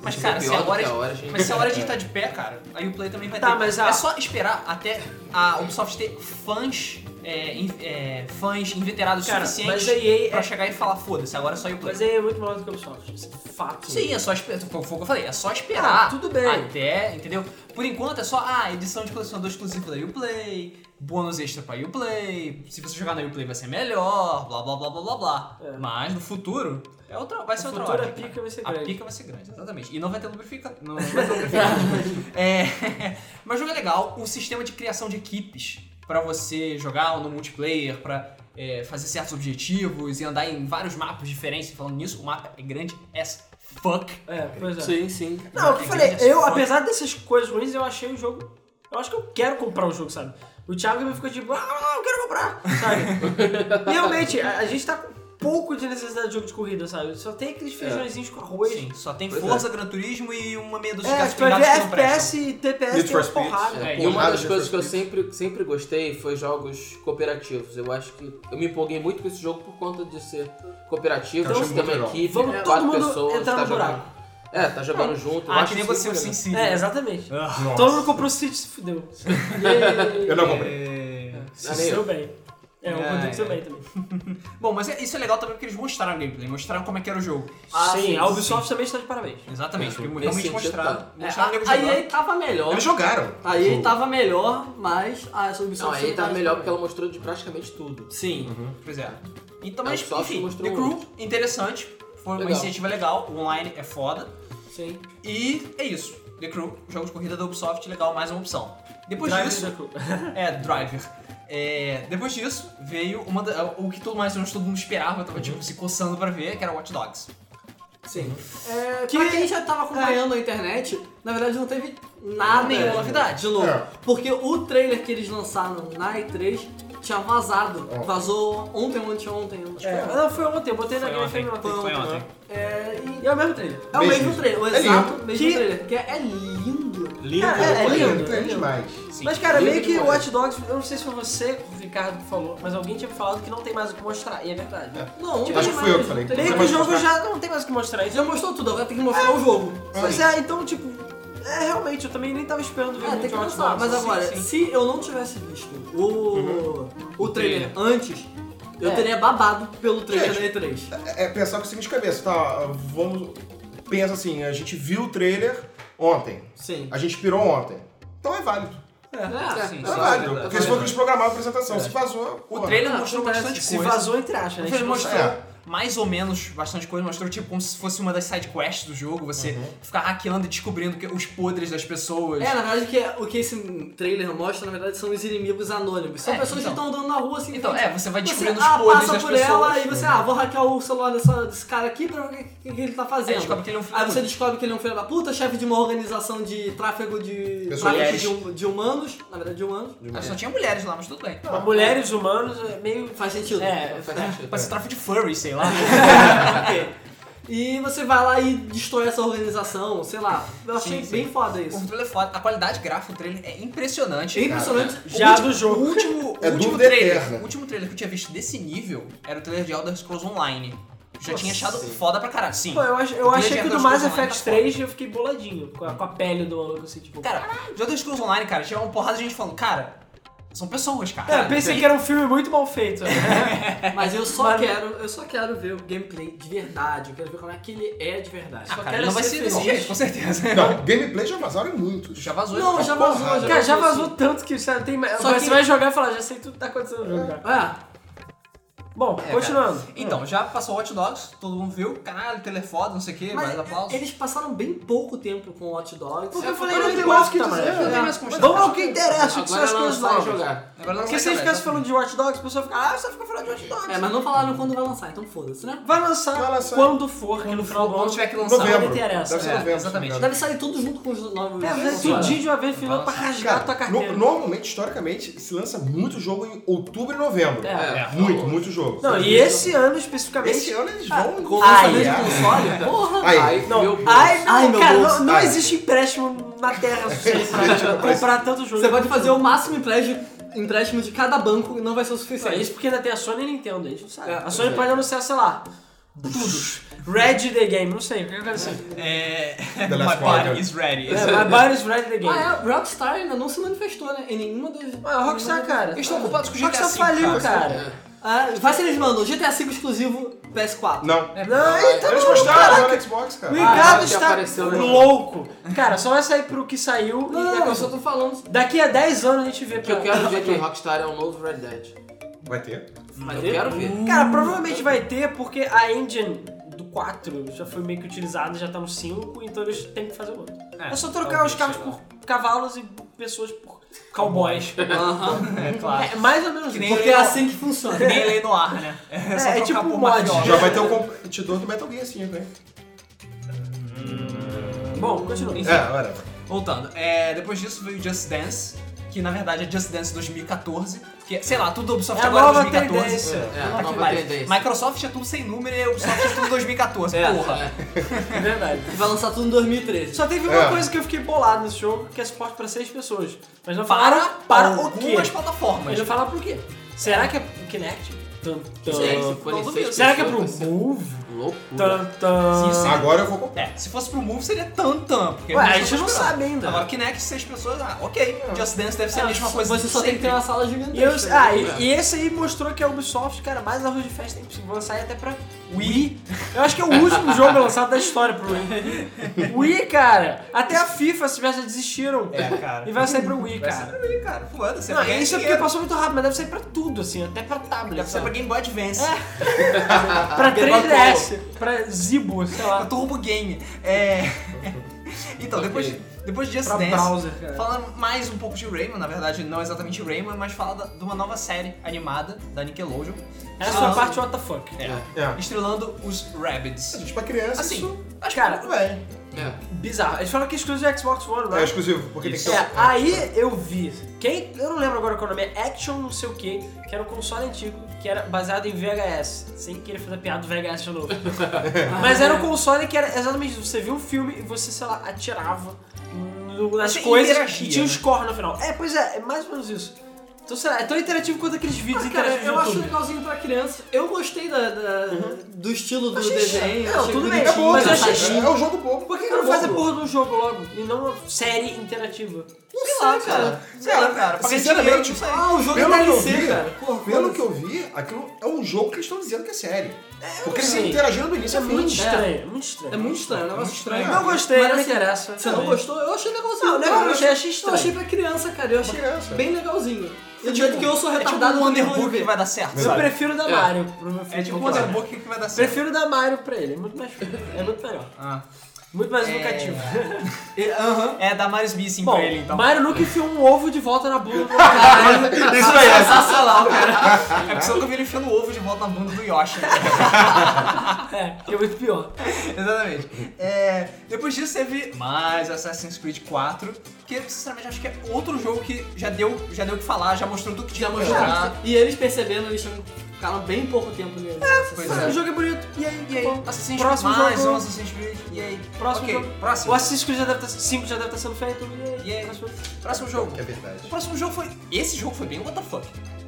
S1: Mas,
S3: Isso
S1: cara,
S3: é
S1: se
S3: pior do
S1: agora.
S3: que a hora, gente.
S1: mas se a hora a gente tá de pé, cara, aí o Play também vai
S2: Tá,
S1: ter.
S2: mas a-
S1: É só esperar até a Ubisoft ter fãs. É, in- é, fãs inveterados
S2: Cara,
S1: suficientes
S2: mas a EA
S1: pra
S2: é-
S1: chegar e falar, foda-se, agora é só ir o Play.
S2: Mas aí é muito maior do que o Ubisoft. Isso é fato.
S1: Sim, é só esperar. Foi o que eu falei, é só esperar.
S2: Ah, tudo bem.
S1: Até, entendeu? Por enquanto é só, ah, edição de colecionador exclusivo da Uplay, bônus extra pra Uplay, se você jogar na Uplay vai ser melhor, blá blá blá blá blá blá.
S2: É.
S1: Mas no futuro é outra, vai ser
S2: O
S1: outra
S2: futuro
S1: hora.
S2: a pica vai ser
S1: A
S2: grande.
S1: pica vai ser grande, exatamente. E não vai ter lubrificante. Não, não vai ter lubrificante. É, mas o jogo é legal, o sistema de criação de equipes pra você jogar no multiplayer, pra é, fazer certos objetivos e andar em vários mapas diferentes. Falando nisso, o mapa é grande as fuck.
S2: É, pois é.
S5: Sim, sim.
S2: Não, o que eu falei, eu, apesar dessas coisas ruins, eu achei o jogo. Eu acho que eu quero comprar o jogo, sabe? O Thiago também ficou tipo, ah, eu quero comprar, sabe? Realmente, a, a gente tá com pouco de necessidade de jogo de corrida, sabe? Só tem aqueles feijõezinhos com arroz.
S1: É. Sim, só tem
S4: Pois
S1: Forza, Gran Turismo e uma meia dos
S2: É,
S1: caras
S2: tipo, vai ver
S1: pingados que não prestam.
S2: FPS e TPS
S4: Need
S2: tem
S4: for
S2: uma
S4: Speed.
S2: porrada.
S3: É,
S4: Porrada
S3: e uma das
S4: de
S3: coisas que eu
S4: Need for
S3: sempre, sempre gostei foi jogos cooperativos. Eu acho que eu me empolguei muito com esse jogo por conta de ser cooperativo,
S4: Eu achei
S3: você tem uma
S4: muito legal.
S3: equipe,
S2: Vamos
S3: quatro
S2: todo mundo
S3: pessoas,
S2: entrar
S3: tá
S2: no
S3: jogando.
S2: buraco.
S3: É, tá jogando junto. eu
S1: Ah,
S3: acho
S1: que nem
S3: isso
S1: você, o
S3: muito
S1: Sin
S3: legal.
S1: City.
S2: É, exatamente.
S4: Nossa.
S2: Todo mundo comprou o City se fudeu. Yay.
S4: Eu não comprei.
S3: Ah, nem eu.
S2: Seu bem. É, o
S1: Tá É,
S2: Rodrigo seu
S1: é.
S2: bem também.
S1: Bom, mas é- isso é legal também porque eles mostraram o gameplay, mostraram como é que era o jogo.
S2: sim, a Ubisoft também está de parabéns.
S1: Exatamente, porque
S3: Nesse
S1: realmente
S3: sentido,
S1: mostraram.
S3: tá.
S5: É,
S1: Mostraram o nego
S5: a, a EA
S1: jogando.
S5: tava melhor.
S4: Eles jogaram.
S5: A EA tava melhor, mas a Ubisoft...
S3: Não, aí tá
S5: tava
S3: melhor porque ela mostrou de praticamente tudo.
S5: Sim.
S1: Pois é. Então,
S3: A
S1: mas
S3: Ubisoft
S1: enfim,
S3: mostrou
S1: The Crew,
S3: muito.
S1: interessante. Foi uma
S3: Legal.
S1: iniciativa legal, o online é foda.
S2: Sim.
S1: E é isso. The Crew, jogo de corrida da Ubisoft, legal, mais uma opção. Depois disso.
S5: né?
S1: É, Driver. É, depois disso, veio uma da- o que todo mais ou menos todo mundo esperava, eu tava
S5: Uhum.
S1: tipo se coçando pra ver, que era Watch Dogs.
S5: Sim.
S2: Que-
S5: Pra quem já tava
S2: é.
S5: acompanhando a internet, na verdade não teve nada,
S1: Nenhuma novidade.
S5: de novo.
S4: É.
S5: Porque o trailer que eles lançaram na E3 tinha vazado.
S4: Ó.
S5: Vazou ontem, ontem, ontem. acho que
S2: É,
S5: foi ontem.
S2: não, foi ontem, eu botei na
S1: Foi
S2: Game
S1: ontem,
S2: Fame ontem. né?
S1: foi ontem.
S5: É, e
S2: E é o mesmo trailer.
S5: é o
S4: Beijo.
S5: mesmo trailer, o
S4: É
S5: exato
S4: lindo.
S5: mesmo
S2: Que-
S5: trailer. Porque é lindo.
S4: Lindo.
S2: É, é lindo, é
S4: É
S2: lindo.
S4: demais.
S1: Sim.
S2: Mas, cara,
S3: Lindo
S2: meio que o
S3: demais.
S2: Watch Dogs, eu não sei se foi você, o Ricardo, que falou, mas alguém tinha me falado que não tem mais o que mostrar, e é verdade.
S4: É.
S5: Não,
S4: Acho que fui eu que falei.
S5: Ele
S4: Você
S2: Meio que o
S4: vai
S2: jogo
S4: mostrar?
S2: já não tem mais o que mostrar,
S5: já
S2: então...
S5: mostrou tudo, agora tem que mostrar o jogo.
S2: Mas é, então, tipo, é realmente, eu também nem tava esperando ver
S5: É, tem
S2: muito
S5: que
S2: Watch
S5: lançar.
S2: Dogs.
S5: Mas
S2: Sim,
S5: agora,
S2: sim.
S5: se eu não tivesse visto
S4: Uhum.
S5: o, o trailer antes, eu
S2: É.
S5: teria babado pelo trailer
S4: Gente,
S5: da E3.
S4: É, é pensar com o seguinte cabeça, tá? Vamos. Pensa assim, a gente viu o trailer ontem.
S5: Sim.
S4: A gente pirou ontem. Então é válido.
S5: É,
S1: sim,
S4: É
S1: sim.
S4: válido. Porque se for que eles programaram a apresentação,
S2: É.
S4: se vazou.
S1: O
S4: porra.
S2: Ah,
S1: trailer mostrou
S5: acontece.
S1: bastante
S2: Se
S1: coisa.
S2: vazou, entre aspas, né?
S1: Ele
S2: Tipo,
S1: mostrou
S4: É.
S1: mais ou menos bastante coisa, mostrou tipo como se fosse uma das side quests do jogo, você ficar hackeando e descobrindo que- os podres das pessoas.
S5: Uhum. É, na verdade, o que, o que esse trailer mostra, na verdade, são os inimigos anônimos. São
S1: É,
S5: pessoas que
S1: então.
S5: estão andando na rua assim.
S1: Então,
S5: frente.
S1: é, você vai
S5: Você
S1: descobrindo
S5: ah,
S1: os podres
S5: passa
S1: das
S5: por
S1: pessoas.
S5: ela e você, ah, vou hackear o celular dessa- desse cara aqui pra ver o que, o que ele tá
S1: Aí
S5: fazendo.
S1: descobre que ele é um filho
S5: Aí
S1: da
S5: você
S1: puta.
S5: descobre que ele é um filho da puta, chefe de uma organização de tráfego de.
S4: Pessoas.
S5: tráfico de, hum- de humanos, na verdade, de humanos.
S1: Ah, Só tinha mulheres lá, mas tudo bem.
S2: pra Mulheres, humanos, é meio...
S5: Faz sentido.
S2: É,
S3: Faz sentido,
S1: Pode ser
S3: é.
S1: tráfico de furry, sei lá.
S5: E você vai lá e destrói essa organização, sei lá. Eu achei
S1: Sim, sim.
S5: bem foda
S1: o
S5: isso.
S1: trailer é foda. A qualidade gráfica do trailer é impressionante.
S5: É impressionante.
S1: O
S2: Já
S1: último-
S2: do jogo.
S1: O último, o
S4: É
S1: último
S4: dúvida
S1: trailer,
S4: eterna.
S1: o último trailer que eu tinha visto desse nível era o trailer de Elder Scrolls Online. Eu já tinha achado foda pra caralho. Sim.
S2: Pô, eu, ach, eu
S1: O
S2: achei
S1: Legend
S2: que
S1: of
S2: do
S1: Zelda
S2: Mass
S1: Online
S2: Effect
S1: tá foda.
S2: 3 eu fiquei boladinho com a, com a pele do maluco, assim, tipo...
S1: Cara, de Elder Scrolls Online, cara, tinha uma porrada de gente falando, cara, são pessoas, cara.
S2: É, pensei que era um filme muito mal feito. né?
S5: Mas eu só
S2: Mas-
S5: quero, eu só quero ver o gameplay de verdade. Eu quero ver como é que ele é de verdade.
S1: Ah,
S5: Só
S1: cara,
S5: quero
S1: não vai
S5: ser
S1: ser
S5: feliz.
S1: desse jeito, com certeza.
S4: Não, gameplay já vazaram em muitos.
S1: Já vazou. então.
S5: Não,
S1: ele.
S5: já vazou.
S4: Porra,
S2: Cara, já
S5: vazou,
S2: vazou
S5: sim.
S2: tanto que sabe, tem mais.
S5: Só
S2: Você
S5: que-
S2: vai jogar e falar, já sei tudo que tá acontecendo no jogo, cara.
S5: É,
S2: Bom,
S1: É,
S2: continuando.
S1: cara. Então, já passou Hot Dogs, todo mundo viu, caralho, trailer é foda, não sei o que, mais
S5: mas é-
S1: aplausos.
S5: eles passaram bem pouco tempo com o Hot Dogs.
S2: Porque eu
S5: É,
S2: falei,
S5: foi-
S2: não tem
S4: tem
S2: mais
S4: mais
S2: o que
S4: o que
S2: dizer.
S4: dizer,
S2: né?
S1: não tem mais como
S2: Mas
S1: jogar.
S2: Vamos ao que interessa, que são
S3: Agora
S2: as coisas
S3: lançaram
S2: lá.
S3: a jogar.
S1: Agora não
S2: Porque
S1: vai
S2: se ele
S1: acabar,
S2: ficasse falando de Watch Dogs, a pessoa fica, ah, só fica falando de Watch Dogs.
S5: É, mas não falaram quando vai lançar, então foda-se, né?
S2: Vai lançar,
S4: Vai lançar.
S2: quando for, que no final do
S1: Quando
S2: ano.
S1: tiver que lançar,
S4: Novembro.
S2: não interessa.
S4: Deve ser
S1: É,
S4: novembro.
S1: exatamente.
S4: se não me engano.
S5: Deve sair tudo junto com os novos.
S2: É, mas é
S5: novos-
S2: tudinho de uma vez filmando pra rasgar a tua
S4: Cara,
S2: carteira.
S4: no- normalmente, historicamente, se lança muito jogo em outubro e novembro.
S2: É.
S3: É.
S4: Muito, muito jogo.
S2: Não, e esse Ah, ano especificamente.
S4: Esse ano eles vão.
S5: Com o lançamento de
S4: Ai,
S5: console, porra.
S4: Ai,
S3: Aí,
S2: Não,
S3: meu
S2: ai, não,
S5: Ai, meu
S2: cara,
S5: bolso.
S2: não, não
S4: Ai.
S2: existe empréstimo na terra suficiente pra comprar tanto jogo.
S5: Você pode fazer o máximo empréstimo, empréstimo de cada banco e não vai ser o
S2: Não,
S5: suficiente.
S2: isso porque ainda tem a Sony e a Nintendo, a gente não sabe.
S5: É,
S2: a Sony pode anunciar, sei lá, tudo. Red the game, não sei, o que aconteceu?
S1: É...
S4: The
S1: My
S4: Last
S1: body
S4: Warrior.
S1: is ready.
S2: É, my body's red the game.
S5: Ah, é, Rockstar ainda não se manifestou, né? Em nenhuma das.
S2: Ah, Rockstar, cara.
S1: Eles estão ocupados com o GTA
S2: Rockstar
S1: V,
S2: faliu,
S1: assim, cara.
S2: cara.
S5: Ah, vai se eles mandam GTA V exclusivo PS4.
S4: Não.
S2: Não, então
S4: Eles gostaram lá no Xbox,
S2: O
S4: cara.
S2: Ricardo
S3: que
S2: está
S3: apareceu, né?
S2: louco. Cara, só vai sair pro é que saiu
S5: Não,
S2: e
S5: não, não, eu
S2: acabou.
S5: só tô falando.
S2: Daqui a 10 anos a gente vê.
S3: O que eu
S2: cara.
S3: quero ver que Rockstar é um novo Red Dead.
S4: Vai ter.
S3: eu
S2: é
S3: quero ver.
S2: Cara, provavelmente vai ter porque a engine do 4 já foi meio que utilizada, já tá no 5, então eles têm que fazer outro. É, só trocar
S1: talvez,
S2: os carros
S1: sei lá.
S2: por cavalos e pessoas por cowboys.
S5: Aham.
S1: É claro.
S2: É, mais ou menos
S1: Que nem
S2: isso.
S5: Porque é assim que funciona.
S1: Que nem lei no ar, né? É, só
S2: É, é
S1: trocar
S2: tipo
S1: por
S2: um
S1: mafioso.
S2: mod.
S4: Já vai ter o competidor do Metal Gear 5, hein?
S2: Bom, continua.
S1: Enfim.
S4: É, whatever.
S1: Voltando, é, depois disso veio Just Dance, que na verdade é Just Dance 2014, que sei lá, tudo
S2: É
S1: Ubisoft
S2: a
S1: agora é
S2: nova
S1: 2014.
S2: tendência.
S3: É,
S1: Puta
S3: a
S1: que
S3: nova
S1: pariu.
S3: tendência.
S1: Microsoft é tudo sem número e a Ubisoft é tudo 2014,
S2: É,
S1: porra.
S2: É verdade.
S5: Vai lançar tudo em 2013.
S2: Só teve uma
S4: É.
S2: coisa que eu fiquei bolado nesse jogo, que é suporte pra seis pessoas. Mas não falaram para, o quê?
S1: algumas plataformas.
S2: Mas não falaram pro quê. Será que é pro Kinect? Tum, tum.
S3: Gente, se forem
S1: Todo
S3: seis
S1: mundo.
S2: Será que é pro Tá.
S3: pessoas, vai ser
S2: Move?
S3: Loucura.
S2: Tum, tum.
S1: Sim, sim.
S4: Agora eu vou comprar.
S1: É, se fosse pro Move seria tantan, porque é
S2: Ué,
S1: eles
S2: a gente não
S1: esperando.
S2: sabe ainda.
S1: Agora Kinect, seis pessoas, ah, ok. Just Dance deve ser a
S5: É,
S1: mesma coisa.
S5: Você só tem que ter uma sala
S2: E, eu-
S5: gigantesca.
S2: ah, e, e esse aí mostrou que a Ubisoft, cara, mais arroz de festa tem possível. Vão sair até pra Wii. Eu acho que é o último jogo lançado da história pro Wii. Wii, cara. Até a FIFA se já desistiram.
S1: É, cara.
S2: E vai sair pro Wii,
S1: Vai ser
S2: cara.
S1: pra mim, cara. Foda-se.
S2: Não,
S1: ganha
S2: isso é porque
S1: dinheiro.
S2: passou muito rápido, mas deve sair pra tudo, assim, até pra tablet.
S1: Deve ser é pra
S2: sabe?
S1: Game Boy Advance.
S2: É. Pra 3DS, pra Zibo, sei
S1: Pra
S2: lá.
S1: Turbo Game. É... então, depois,
S3: Ok.
S1: depois de Just
S2: Pra
S1: Dance,
S2: browser, cara.
S1: falando mais um pouco de Rayman, na verdade não exatamente Rayman, mas fala da- de uma nova série animada da Nickelodeon,
S2: Essa é a parte what the fuck.
S4: É.
S1: estrelando os Rabbids.
S4: Gente, pra criança,
S1: Assim,
S4: isso
S1: acho
S2: Cara,
S1: que velho.
S3: É.
S2: Bizarro. Eles falam que é exclusivo de Xbox One,
S4: é
S2: né?
S4: exclusivo, porque
S2: É,
S4: tem que ter. um-
S2: aí eu vi. Quem, eu não lembro agora qual o nome é, Action não sei o que, que era um console antigo, que era baseado em VHS. Sem querer fazer piada do VHS de novo.
S5: É.
S2: Mas era um console que era exatamente isso. Você via um filme e você, sei lá, atirava no- nas
S1: Você
S2: coisas
S1: interagia,
S2: e tinha um
S1: né?
S2: score no final. É, pois é, é mais ou menos isso. Então, sei lá, é tão interativo quanto aqueles vídeos
S5: Ah, cara,
S2: interativos
S5: eu
S2: do
S5: acho
S2: YouTube.
S5: legalzinho pra criança. Eu gostei da, da- do estilo do
S2: Achei
S5: desenho.
S2: chato. Não,
S5: achei
S2: tudo bem,
S4: É bom,
S2: Mas
S4: mas
S2: eu
S5: engraçadinho.
S2: achei-
S4: é, é um jogo bom.
S2: Por que, que não faz a porra de um jogo logo e não uma série interativa?
S5: Sei lá, cara.
S1: Sei lá, cara, pra ganhar dinheiro, tipo,
S4: sinceramente,
S1: não sei.
S5: Ah, o jogo é
S4: Pelo que eu
S5: DLC,
S4: vi,
S5: cara. Porra,
S4: Pelo que eu vi, aquilo é um jogo que eles estão dizendo que é sério. porque eles
S2: sei.
S4: interagiram do início
S2: Isso é
S4: ao fim.
S2: muito estranho, é muito estranho.
S5: É muito estranho, é um negócio estranho.
S2: Não gostei,
S5: Mas,
S2: não me
S5: assim,
S2: interessa.
S5: Você não
S2: Também.
S5: gostou? Eu achei legalzinho.
S2: Não, não é que eu
S5: cara.
S2: gostei, achei
S5: Eu
S2: estranho.
S5: achei pra criança, cara. Eu achei
S4: criança.
S5: bem legalzinho. E do jeito que eu sou
S1: É tipo
S5: retardado,
S1: um
S5: eu não
S1: Wonderbook
S5: vou
S1: que
S5: ver.
S1: vai dar certo,
S2: Eu
S1: sabe?
S2: prefiro dar
S3: É.
S2: Mario pro meu filho.
S1: É tipo um
S2: popular.
S1: Wonderbook que vai dar certo.
S2: Prefiro dar Mario pra ele, é muito mais é muito melhor.
S1: Ah.
S2: Muito mais
S1: É.
S2: educativo.
S5: E- Aham.
S1: É dar Mario Smith
S2: Bom,
S1: pra ele, então.
S2: Mario nunca enfiou um ovo de volta na bunda.
S4: Isso aí, é
S5: Sensacional, cara.
S1: É porque você nunca viu ele enfiando ovo de volta na bunda do Yoshi. né?
S2: é, que é muito pior.
S1: Exatamente. É, depois disso teve mais Assassin's Creed 4, que sinceramente acho que é outro jogo que já deu, já deu o que falar, já mostrou tudo que tinha pra mostrar.
S5: E eles percebendo, eles ficaram bem pouco tempo nele.
S1: Pois
S2: Mas
S1: é.
S2: O jogo é bonito.
S1: E aí, e aí?
S2: Bom,
S1: Assassin's Creed,
S2: próximo
S1: mais
S2: jogo.
S1: um Assassin's Creed, e aí?
S2: Próximo
S1: Ok,
S2: jogo. O
S1: Próximo,
S2: Assassin's Creed já deve estar. 5 já deve estar sendo feito. E
S1: E
S2: aí?
S1: aí?
S2: próximo jogo.
S1: próximo jogo.
S4: É verdade.
S1: O próximo jogo foi... Esse jogo foi bem what the fuck.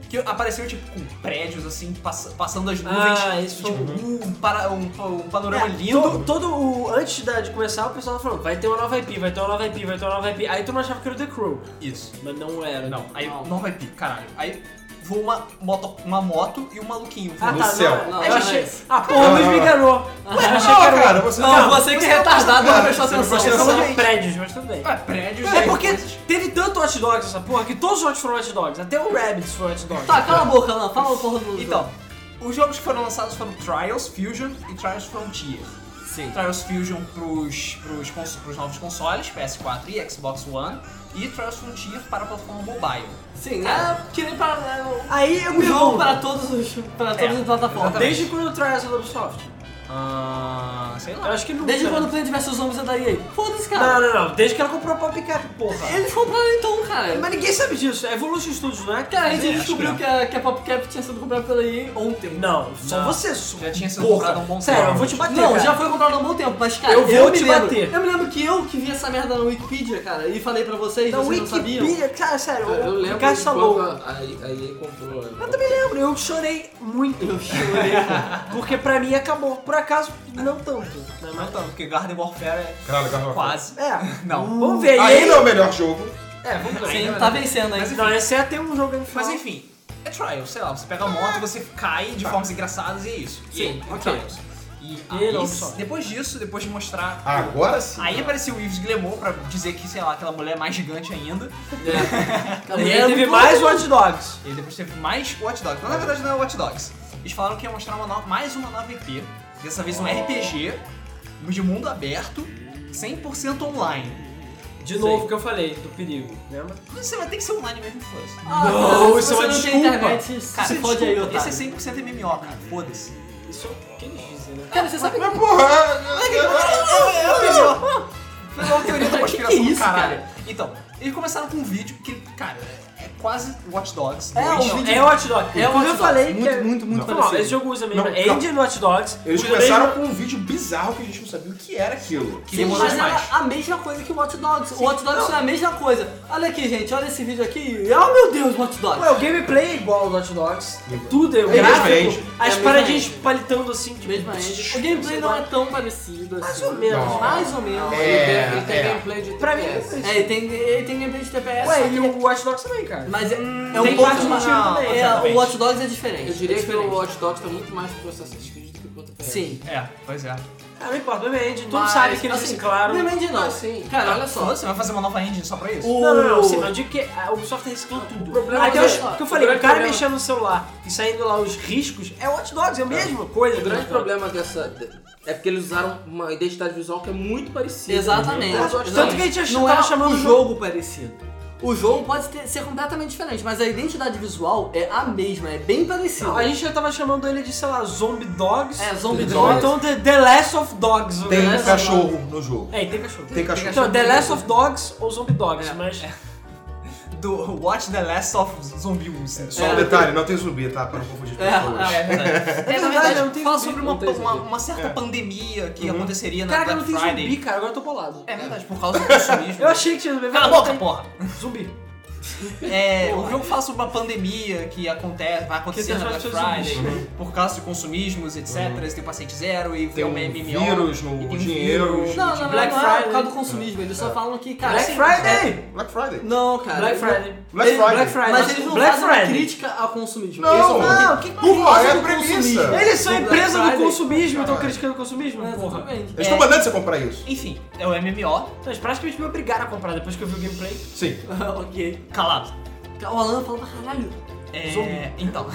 S1: Que apareceu, tipo, com prédios, assim, passa- passando as nuvens.
S2: Ah, esse
S1: tipo, um, para, um, um panorama
S2: É,
S1: lindo.
S2: to- todo o. Antes da- de começar, o pessoal tava falando: vai ter uma nova IP, vai ter uma nova IP, vai ter uma nova IP. Aí tu não achava que era o The Crew.
S1: Isso.
S2: Mas não era.
S1: Não, aí não vai pique, caralho. Aí voa uma moto, uma moto e um maluquinho.
S2: Ah,
S1: voando.
S2: tá,
S4: céu.
S2: não, não,
S5: É
S2: eu
S5: demais.
S2: achei. Ah, porra, o Luiz me enganou. Eu achei que era.
S4: cara, você
S5: Não, você que é retardado não prestou atenção.
S2: Você falou de
S1: Exatamente.
S2: prédios, mas tudo bem.
S1: Ah, prédios.
S2: É
S1: aí,
S2: porque
S1: coisas.
S2: teve tanto hot dogs essa porra que todos os hot foram hot dogs, até o Rabbids foi hot dog.
S5: Tá, cala a boca, Alan. Fala o porra do
S1: Então, os jogos que foram lançados foram Trials Fusion e Trials Frontier. Sim. Trials Fusion pros, pros, cons- pros novos consoles, PS4 e Xbox One, e Trials Frontier para a plataforma mobile.
S5: Sim, é que nem pra... é um-
S2: Aí eu
S5: Um
S2: me
S5: jogo
S2: jogo
S5: para todos os, para todas
S1: É,
S5: as plataformas.
S1: exatamente.
S2: Desde quando o Trials é da Ubisoft?
S1: Ah, sei
S2: Eu
S1: lá.
S2: acho que nunca.
S5: Desde quando o Plant vs Zombies é da EA. Foda-se,
S2: Não,
S5: cara.
S2: não, não. Desde que ela comprou a PopCap, porra.
S5: Eles compraram então, cara.
S2: Mas ninguém sabe disso. É Evolution Studios, não é?
S5: Cara, a
S2: Cara,
S5: gente
S1: acho
S5: descobriu
S1: que
S5: que a, que a PopCap tinha sido comprada pela EA ontem.
S2: não, só
S1: Não.
S2: você. Só.
S1: Já tinha sido
S2: porra.
S1: comprado há um bom
S2: Sério,
S1: tempo.
S2: eu vou te bater.
S5: não,
S2: cara.
S5: já foi comprado há um bom tempo, mas cara,
S2: Eu vou
S5: me
S2: te
S5: lembro,
S2: bater.
S5: Eu me lembro que eu que vi essa merda na Wikipedia, cara, e falei pra vocês,
S2: Na
S5: vocês não sabiam.
S2: Wikipedia, cara, sério.
S3: Eu
S2: o
S3: lembro
S2: Ricardo
S3: de
S2: está
S3: quando
S2: louco.
S3: a, a, a EA comprou. né?
S2: Eu também lembro, eu chorei muito.
S5: Eu chorei.
S2: Porque pra mim acabou. Por acaso, não tanto. né?
S1: Não é tanto, porque Garden Warfare é
S4: Caralho, Garden Warfare.
S1: quase.
S2: É,
S1: Não.
S2: vamos ver.
S4: Ainda é o melhor jogo.
S2: É, vamos ver.
S5: Sim, tá vencendo aí.
S2: Não, esse é até um jogo aí no
S1: Mas
S2: final.
S1: enfim, é Trials, sei lá, você pega a moto, você cai de formas engraçadas e é isso.
S2: Sim,
S1: e, é
S2: ok.
S1: Trials. E,
S2: E
S1: aí,
S2: não só.
S1: depois disso, depois de mostrar.
S4: Agora Ah, sim.
S1: Aí apareceu o Yves Glemon pra dizer que, sei lá, aquela mulher é mais gigante ainda.
S5: Tá
S2: E
S5: vendo?
S2: aí teve mais Watch Dogs.
S1: E depois teve mais Watch Dogs. Mas na verdade não é Watch Dogs. Eles falaram que ia mostrar uma no- mais uma nova EP. Dessa vez um RPG de mundo aberto, 100% online.
S2: De novo que eu falei, do perigo, né? lembra?
S1: Mas você vai ter que ser online mesmo, foda-se.
S5: Ah, cara,
S2: Não, isso é uma
S5: se você não tem
S2: desculpa.
S5: internet, se
S1: Cara,
S5: fode aí,
S1: desculpa,
S5: otário.
S1: esse é 100% MMO, cara. Foda-se.
S2: Isso é o que eles dizem, né?
S5: Cara, você sabe que...
S4: Mas porra!
S1: Foi uma teoria da
S5: Que
S1: conspiração
S5: que é isso,
S1: do caralho. Então, eles começaram com um vídeo que, cara, é quase Watch Dogs.
S5: É,
S1: dois.
S5: um vídeo-
S2: É o Watch Dogs.
S5: É o
S2: Como
S5: Watch
S2: eu falei
S5: Dogs.
S2: que é...
S5: Muito, muito, muito
S2: Não,
S5: parecido.
S2: Esse jogo usa mesmo
S4: Não,
S2: a
S4: não.
S2: engine do Watch Dogs.
S4: Eles
S2: usa
S4: começaram
S2: mesmo-
S4: com um vídeo bizarro que a gente não sabia o que era aquilo.
S1: Que
S5: Sim,
S1: demorou
S5: mas era
S1: demais.
S5: a mesma coisa que o Watch Dogs. O Watch Dogs é a mesma coisa. Olha aqui, gente, olha esse vídeo aqui. e- Oh, meu Deus, Watch Dogs.
S2: Ué, o gameplay é igual ao Watch Dogs. Tudo é o
S4: É
S2: gráfico.
S4: mesmo
S5: a
S2: As
S5: engine.
S2: paradinhas palitando assim, tipo...
S5: Mesma engine. O gameplay não é tão parecido assim.
S2: Mais ou menos.
S4: Não.
S5: Mais ou menos.
S3: Ele
S5: É,
S4: É,
S3: tem- ele tem
S4: é.
S3: gameplay de
S2: Pra mim,
S3: TPS.
S5: ele tem, ele tem gameplay de TPS.
S2: Ué,
S5: só que-
S2: e o Watch Dogs também, cara.
S5: Mas é, é
S2: tem
S5: um pouco
S2: vários
S5: mais...
S2: motivos
S5: Ah,
S2: também,
S5: é,
S1: exatamente.
S5: o Watch Dogs é diferente.
S3: Eu diria
S5: é
S3: que o
S5: diferente.
S3: Watch Dogs tá muito mais pro Assassin's Creed do que pro TPS.
S5: Sim.
S1: É, pois é.
S2: Ah, não importa, mesmo a engine. Todo
S5: Mas,
S2: sabe que eles
S5: assim,
S2: reciclaram...
S5: Não mente não.
S3: Ah, sim.
S5: Cara, olha só.
S1: Você vai fazer uma nova engine só pra isso?
S5: O...
S2: Não, não, não, sim, mas eu digo que a Ubisoft tá reciclando tudo.
S5: problema
S2: Até
S5: é-
S2: os, que eu falei,
S3: o
S2: o,
S3: grande
S2: cara
S3: problema-
S2: mexendo no celular e saindo lá os riscos é Watch Dogs, é a mesma coisa.
S3: O grande problema dessa é porque eles usaram uma identidade visual que é muito parecida.
S5: Exatamente.
S3: Todos os Watch
S5: Exatamente.
S2: Tanto que a gente
S5: não
S2: tava
S5: é
S2: chamando
S5: o
S2: o jogo-
S5: jogo parecido. O jogo pode ter- ser completamente diferente, mas a identidade visual é a mesma, é bem parecida.
S2: A gente já tava chamando ele de, sei lá, Zombie Dogs.
S5: É, Zombie
S2: Ou
S5: Dogs.
S2: então The, The Last of Dogs. o The
S4: Tem um
S2: Last of
S4: cachorro no jogo.
S2: Dogs. É, e tem cachorro.
S4: Tem cachorro.
S2: Então, The Last of Dogs ou Zombie Dogs,
S5: É.
S2: mas...
S1: Do Watch the Last of Zombie Us.
S4: Só
S2: É.
S4: um detalhe, não tem zumbi, tá? Pra não confundir as
S5: É,
S4: pessoas.
S1: É verdade. É, na verdade,
S2: não tem
S1: fala
S2: zumbi,
S1: sobre uma,
S3: não tem
S1: uma,
S3: zumbi.
S1: uma certa pandemia que aconteceria na
S2: Caraca,
S1: Black
S2: não tem
S1: Friday.
S2: zumbi, É. Uhum. cara. Agora eu tô bolado.
S1: É verdade, por causa do consumismo.
S2: Eu achei que tinha zumbi.
S1: Cala a
S2: mas não
S1: boca,
S2: tem.
S1: porra!
S2: Zumbi.
S1: É, o jogo fala sobre uma pandemia que acontece, vai acontecer
S2: Que
S1: na Black
S2: transforma as
S1: Friday né?
S2: pessoas em
S1: por causa de consumismos, etc. Tem paciente zero e é
S4: Tem um
S1: uma MMO.
S4: vírus no
S1: e tem um
S4: dinheiro.
S1: vírus.
S5: Não, não,
S2: Black
S5: não, é
S2: Friday. É.
S5: por causa do consumismo, eles só falam que, cara.
S2: Black
S5: assim,
S2: Friday!
S4: Black Friday.
S5: Não, cara.
S2: É, Black Friday.
S4: Black
S5: Ele-
S4: Friday.
S2: Black Friday.
S5: Mas eles não
S2: Black
S5: fazem
S2: Friday.
S5: crítica ao consumismo.
S4: Não,
S5: eles só falam
S2: não,
S5: que
S2: que
S5: por
S4: porra,
S5: causa
S4: é
S5: do
S4: a premissa.
S5: consumismo.
S2: Eles são a
S5: Black
S2: empresa do
S5: Friday.
S2: consumismo, estão criticando o consumismo,
S5: É,
S2: porra.
S5: Exatamente.
S4: Eles estão mandando você comprar isso.
S1: Enfim, é o MMO.
S2: Mas praticamente me obrigaram a comprar depois que eu vi o gameplay.
S4: Sim.
S5: ok.
S1: Calado.
S5: O Alan falou pra caralho.
S1: É,
S2: Zumbi.
S1: Então.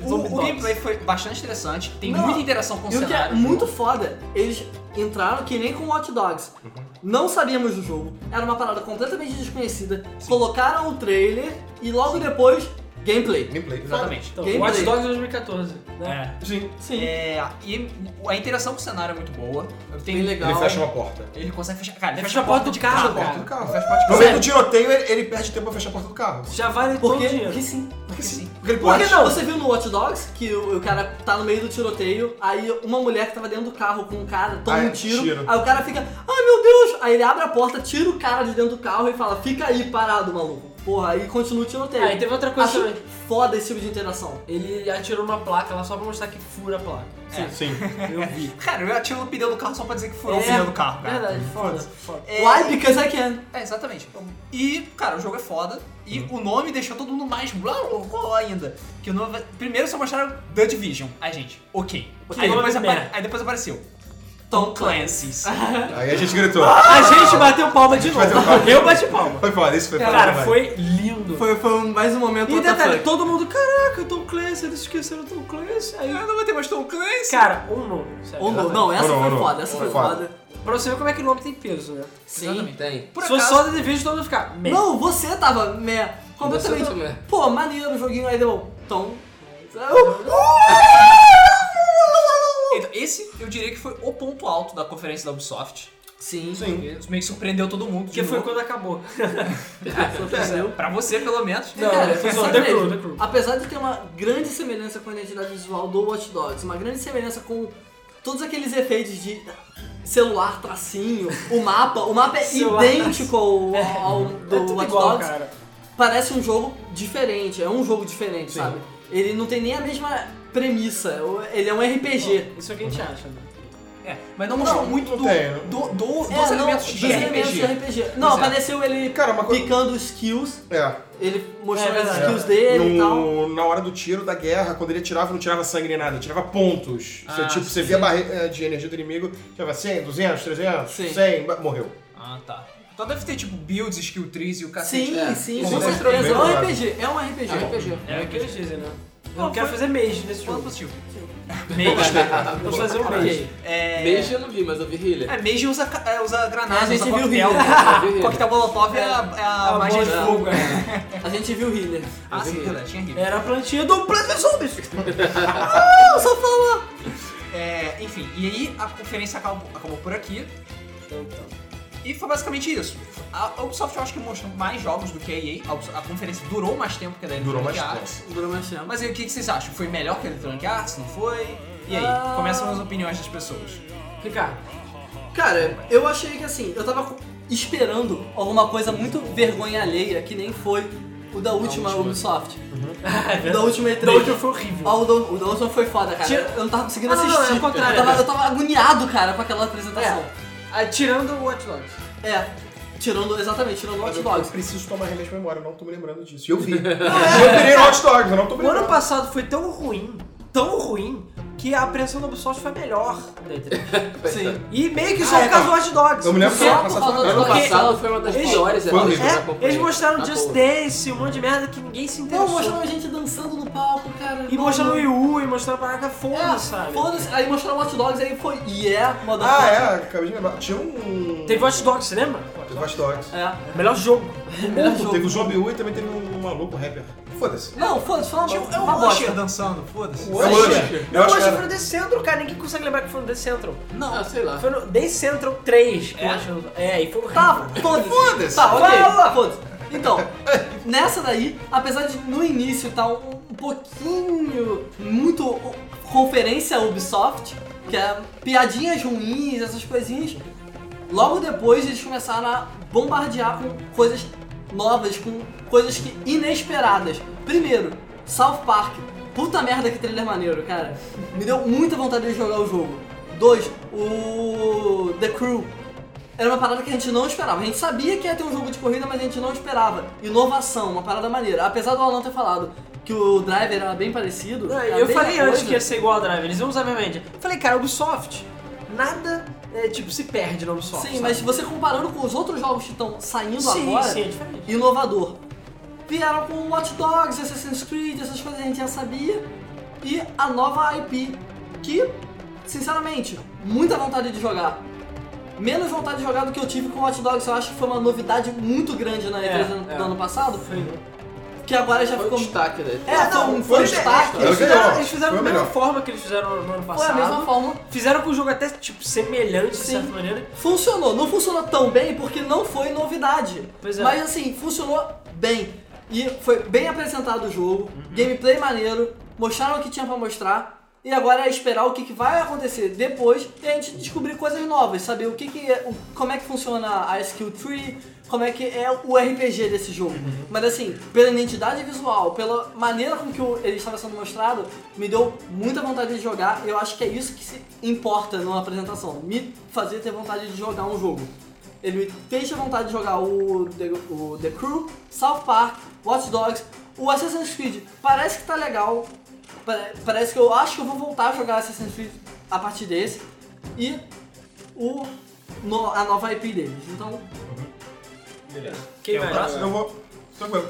S1: o,
S5: Zumbi
S1: o
S5: Dogs.
S1: gameplay foi bastante interessante, tem
S5: Não,
S1: muita interação com o
S5: E o que é
S1: Um cenário.
S5: muito foda, eles entraram que nem com Watch Dogs.
S1: Uhum.
S5: Não sabíamos do jogo, era uma parada completamente desconhecida. Colocaram o trailer e logo depois, gameplay.
S4: Gameplay.
S1: Exatamente.
S2: Então,
S5: Gameplay.
S2: Watch Dogs 2014. Né?
S1: É.
S4: Foda. Sim.
S5: Sim.
S1: É, e a interação com o cenário é muito boa. Tem,
S5: Bem legal.
S4: Ele fecha uma porta.
S1: Ele consegue fechar. Cara, ele
S2: É
S1: fecha
S2: Fecha a porta Ah, do
S1: de
S2: carro,
S1: carro,
S2: cara.
S4: Porta do carro.
S1: Fecha a porta de
S4: No
S1: carro.
S4: meio do tiroteio, ele, ele perde tempo pra fechar a porta do carro.
S2: Já vale todo o
S5: Porque,
S2: dinheiro.
S5: porque sim.
S1: Porque sim.
S4: Porque ele
S5: Porque
S4: pode.
S5: não, você viu no Watch Dogs que o, o cara tá no meio do tiroteio, aí uma mulher que tava dentro do carro com um cara
S1: Ah,
S5: toma
S1: é,
S4: Aí
S5: um tiro,
S4: tiro.
S5: aí o cara fica, ai meu Deus! Aí ele abre a porta, tira o cara de dentro do carro e fala, fica aí parado, maluco. Porra, aí continua o tiroteio.
S2: Ah, e teve outra coisa
S5: Acho
S2: também.
S5: foda esse tipo de interação.
S2: Ele atirou uma placa lá só pra mostrar que fura a placa.
S4: Sim.
S2: Eu vi.
S1: Cara, eu atiro no pneu do carro só pra dizer que furou
S2: É,
S1: o pneu do carro, cara.
S2: Verdade, foda. foda.
S1: É,
S5: Why? Because I can.
S1: É, exatamente. E, cara, o jogo é foda. E o nome deixou todo mundo mais blá, blá, blá ainda. Que o nome... Primeiro só mostraram The Division. Aí, gente, ok.
S2: Ok,
S1: Aí, depois
S2: nome
S1: apare-
S2: merda.
S1: aí depois apareceu Tom Clancy's.
S4: Aí a gente gritou.
S2: A gente bateu palma de novo.
S4: bateu palma.
S2: Eu bati palma.
S4: Foi foda, isso foi foda.
S2: Cara,
S4: demais.
S2: foi lindo.
S5: Foi, foi um- mais um momento
S2: E
S5: what the
S2: detalhe,
S5: fuck.
S2: todo mundo, caraca, Tom Clancy, eles esqueceram Tom Clancy. Aí,
S1: eu não vou ter mais Tom Clancy.
S2: cara, um nome. sério.
S5: Ou não, não, essa
S4: Ou não,
S5: foi
S4: ou não.
S5: né? foda, essa foi
S4: Ou não.
S5: foda.
S2: Pra você ver como é que o nome tem peso, né?
S1: Exatamente.
S3: Tem.
S1: Por
S2: Se fosse
S1: acaso-
S2: só The Division, todo mundo ia ficar. meh.
S5: Não, você tava meh, completamente.
S3: Você também.
S5: Pô, maneiro o joguinho aí deu. Tom.
S1: Então, esse eu diria que foi o ponto alto da conferência da Ubisoft.
S5: Sim.
S4: Sim.
S1: Isso meio que surpreendeu todo mundo.
S2: Que
S1: de
S2: foi
S1: novo.
S2: quando acabou. É
S1: Pra você, pelo menos.
S2: Não,
S5: Cara,
S2: foi
S5: sabe
S2: só The
S5: mesmo?
S2: Crew, The Crew.
S5: Apesar de ter uma grande semelhança com a identidade visual do Watch Dogs, uma grande semelhança com todos aqueles efeitos de celular, tracinho, o mapa, o mapa é
S2: Celular,
S5: idêntico ao, ao do
S2: é tudo
S5: Watch
S2: igual,
S5: Dogs.
S2: cara.
S5: Parece um jogo diferente, é um jogo diferente, sabe? Ele não tem nem a mesma premissa. O- Ele é um RPG.
S2: Isso é o que a gente acha, né?
S1: É, mas não mostrou muito
S4: não
S1: do,
S4: tem, né?
S1: do, do, dos
S5: É, não, um
S1: elementos
S5: dos
S1: de
S5: elementos de
S1: RPG.
S5: RPG. Não,
S1: Pois é.
S5: apareceu ele
S4: Cara, uma coisa-
S5: picando os skills.
S4: É.
S5: Ele mostrou
S2: É
S5: as
S2: verdade.
S5: skills dele e tal.
S4: No- na hora do tiro da guerra, quando ele atirava, não tirava sangue nem nada, ele tirava pontos.
S1: Ah,
S4: você, tipo, você via a barreira de energia do inimigo, tirava 100, 200, 300,
S5: Sim.
S4: 100, ba- morreu.
S1: Ah, tá. Então deve ter, tipo, builds, skill trees e o cacete.
S5: Sim,
S3: É.
S5: sim,
S4: Isso
S5: com
S4: mostra
S5: certeza.
S4: bem,
S5: É um
S4: cara.
S5: RPG, é um RPG.
S3: É um RPG.
S2: É o que eles dizem, né? Eu
S1: Não,
S2: não quero
S1: foi-
S2: fazer mês nesse
S1: Ponto
S2: jogo.
S1: positivo.
S2: Mês. Vamos fazer um mês.
S1: É...
S3: Mage eu não vi, mas eu vi healer.
S1: É, Mage usa, ca- é, usa granada,
S5: A gente
S1: usa
S5: viu
S1: coquetel.
S5: vídeo.
S3: Eu vi healer.
S1: coquetel Molotov é a, é a
S2: Ah,
S1: magia
S2: bola
S1: de
S2: de
S1: fogo.
S2: fogo, é.
S5: A gente viu né? o Assim, É. healer.
S1: Ah,
S3: Eu vi
S1: sim,
S3: healer.
S1: verdade, tinha healer.
S2: Era a plantinha do Planta Zombies.
S5: Ah, só fala!
S1: É, enfim, e aí a conferência acabou, acabou por aqui.
S5: Então,
S1: E foi basicamente isso. A a Ubisoft eu acho que mostrou mais jogos do que a EA. A, Ubis- a conferência durou mais tempo que a da
S4: Durou
S1: Electronic
S4: mais
S1: Arts.
S5: Bruno Machado.
S1: Mas aí o que que vocês acham? Foi melhor que a Electronic Arts? Não foi? E aí?
S5: Ah.
S1: Começam as opiniões das pessoas.
S2: Ricardo,
S5: Cara, eu achei que assim, eu tava esperando alguma coisa muito vergonha alheia, que nem foi o da última,
S3: última.
S5: Ubisoft.
S2: é
S5: O da última E3.
S2: Da última foi horrível.
S5: Ah, o, da, o da última foi foda, cara.
S2: Tira-
S5: Eu não tava conseguindo
S2: Ah, não, não,
S5: assistir.
S2: é o contrário.
S5: Eu tava, eu tava agoniado, cara, com aquela apresentação.
S2: Ah, tirando o Watch Dogs.
S5: É. Tirando, exatamente, tirando o
S4: Mas
S5: Hot
S4: eu, eu
S5: Dogs.
S4: preciso tomar remédio pra memória, eu não tô me lembrando disso. E eu vi. E eu virei no Hot Dogs, eu não tô me
S2: O ano
S4: lembrando.
S2: passado foi tão ruim, tão ruim, que a apreensão da Ubisoft foi a melhor da E3.
S5: Sim.
S2: E meio que só
S4: Ah, é,
S2: por causa do
S4: tá.
S2: Watch Dogs.
S4: Eu me lembro que
S5: Só
S4: ano
S5: por
S4: passado.
S5: causa do
S4: Ano
S5: Hot
S3: Ano
S5: Porque-
S3: passado foi uma das
S2: Eles-
S3: piores
S4: Foi
S3: épocas
S4: horrível.
S3: que eu
S2: É,
S3: acompanhei.
S2: eles mostraram
S3: Na
S2: Just
S3: boa.
S2: Dance, um monte de merda que ninguém se
S5: Pô,
S2: interessou.
S5: mostrando gente dançando no palco, cara.
S2: E
S5: Não,
S2: mostraram o
S5: não.
S2: Wii U, e mostraram caraca,
S5: É,
S2: foda-se, sabe?
S5: foda-se. Aí mostraram Hot Dogs, aí foi. E yeah, é,
S4: Ah, é, acabei de lembrar. Tinha um.
S2: Teve Watch Dogs, você lembra?
S4: Teve Hot Dogs.
S5: É.
S2: Melhor jogo.
S5: Melhor
S4: Pô,
S5: jogo.
S4: Teve o Zombie U e também teve um maluco rapper. Foda-se.
S5: Não, foda-se, foi uma,
S1: Tinha é
S5: uma
S1: um
S5: bosta.
S1: Usher dançando, foda-se.
S4: É o Usher.
S2: Não,
S4: Eu acho
S2: hoje
S4: que
S2: foi
S4: era-
S2: no The Central, cara. Ninguém consegue lembrar que foi no The Central.
S3: Não, ah, sei lá.
S2: Foi no The Central 3 que
S1: É?
S2: eu acho. É, e foi horrível.
S5: Tá, foda-se.
S4: Foda-se.
S5: Tá, ok.
S2: Fala.
S5: Foda-se. Então, nessa daí, apesar de no início tá um, um pouquinho muito o- conferência Ubisoft, que é piadinhas ruins, essas coisinhas, logo depois eles começaram a bombardear com coisas novas, com coisas que inesperadas. Primeiro, South Park. Puta merda que trailer maneiro, cara. Me deu muita vontade de jogar o jogo. Dois, o The Crew. Era uma parada que a gente não esperava. A gente sabia que ia ter um jogo de corrida, mas a gente não esperava. Inovação, uma parada maneira. Apesar do Alan ter falado que o driver era bem parecido.
S2: Não,
S5: era
S2: É, eu
S5: bem
S2: falei
S5: a
S2: antes
S5: coisa.
S2: que ia ser igual a Drive, eles iam usar a mesma engine. Falei, cara, Ubisoft, nada, é, tipo, se perde na Ubisoft.
S5: Sim,
S2: sabe?
S5: mas você comparando com os outros jogos que estão saindo
S2: Sim,
S5: agora,
S2: sim, é diferente.
S5: inovador. Vieram com Watch Dogs, Assassin's Creed, essas coisas a gente já sabia. E a nova IP, que, sinceramente, muita vontade de jogar. Menos vontade de jogar do que eu tive com Watch Dogs, eu acho que foi uma novidade muito grande na E3
S2: É,
S5: do
S2: é.
S5: do ano passado.
S2: Foi.
S5: Que agora já
S3: Foi o
S5: ficou.
S3: destaque né? daí.
S5: É, foi um foi um destaque.
S4: Era
S2: Eles
S4: o
S5: Foi
S2: fizeram,
S4: melhor,
S2: eles fizeram
S4: foi
S2: da
S4: o
S2: mesma
S4: melhor.
S2: forma que eles fizeram no ano
S5: a
S2: passado.
S5: mesma forma.
S2: Fizeram com o jogo até, tipo, semelhante, de
S5: Sim.
S2: certa maneira.
S5: Funcionou. Não funcionou tão bem porque não foi novidade.
S2: Pois é.
S5: Mas assim, funcionou bem. E foi bem apresentado o jogo. Gameplay maneiro. Mostraram o que tinha pra mostrar. E agora é esperar o que, que vai acontecer depois e a gente descobrir coisas novas, saber o que, que é, o- como é que funciona a skill tree, como é que é o RPG desse jogo. Mas assim, pela identidade visual, pela maneira com que o- ele estava sendo mostrado, me deu muita vontade de jogar. Eu acho que é isso que se importa numa apresentação, me fazer ter vontade de jogar um jogo. Ele me fez ter vontade de jogar o The, o The Crew, South Park, Watch Dogs, o Assassin's Creed. Parece que tá legal. pare- Parece que eu acho que eu vou voltar a jogar Assassin's Creed a partir desse. E o, no- a nova IP deles. Então,
S2: Quem vai?
S4: Tá, Eu vou. Tranquilo.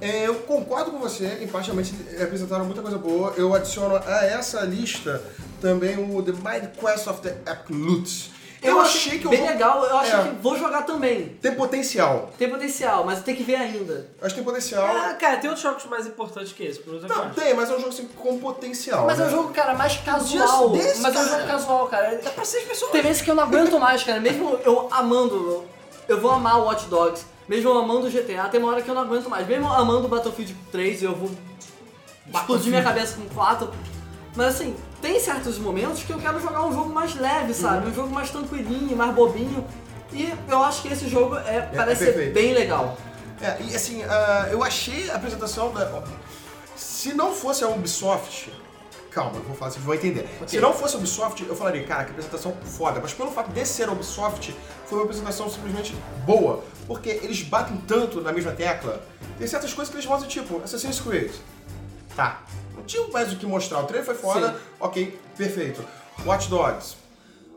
S4: É, eu concordo com você, em parte realmente apresentaram muita coisa boa. Eu adiciono a essa lista também o The Mind Quest of the Absolutes. Eu, achei que o
S5: bem
S4: jogo
S5: legal, eu achei
S4: É.
S5: que vou jogar também.
S4: tem potencial.
S5: Tem potencial, mas tem que ver ainda.
S4: Eu Acho que tem potencial.
S2: Ah, cara, tem outros jogos mais importantes que esse, por outra
S4: Não,
S2: parte.
S4: tem, mas é um jogo assim, com potencial.
S5: Mas é
S4: né?
S5: um jogo, cara, mais casual.
S4: desse,
S5: mas é um
S4: cara.
S5: jogo casual, cara.
S2: Dá pra seis pessoas.
S5: Tem vezes que eu não aguento mais, cara. Mesmo eu amando, eu vou amar o Watch Dogs, mesmo eu amando o GTA, tem uma hora que eu não aguento mais. Mesmo eu amando o Battlefield 3, eu vou explodir minha cabeça com 4. Mas assim, tem certos momentos que eu quero jogar um jogo mais leve, sabe? Um jogo mais tranquilinho, mais bobinho. E eu acho que esse jogo é, parece ser
S4: perfeito.
S5: bem legal.
S4: É, e assim, ah, eu achei a apresentação da. Se não fosse a Ubisoft. Calma, eu vou falar, vocês vão entender. Se não fosse a Ubisoft, eu falaria, cara, que apresentação foda. Mas pelo fato de ser a Ubisoft, foi uma apresentação simplesmente boa. Porque eles batem tanto na mesma tecla. Tem certas coisas que eles mostram, tipo, Assassin's Creed. Tá. Não tinha mais o que mostrar. O trailer foi foda. Ok, perfeito. Watch Dogs.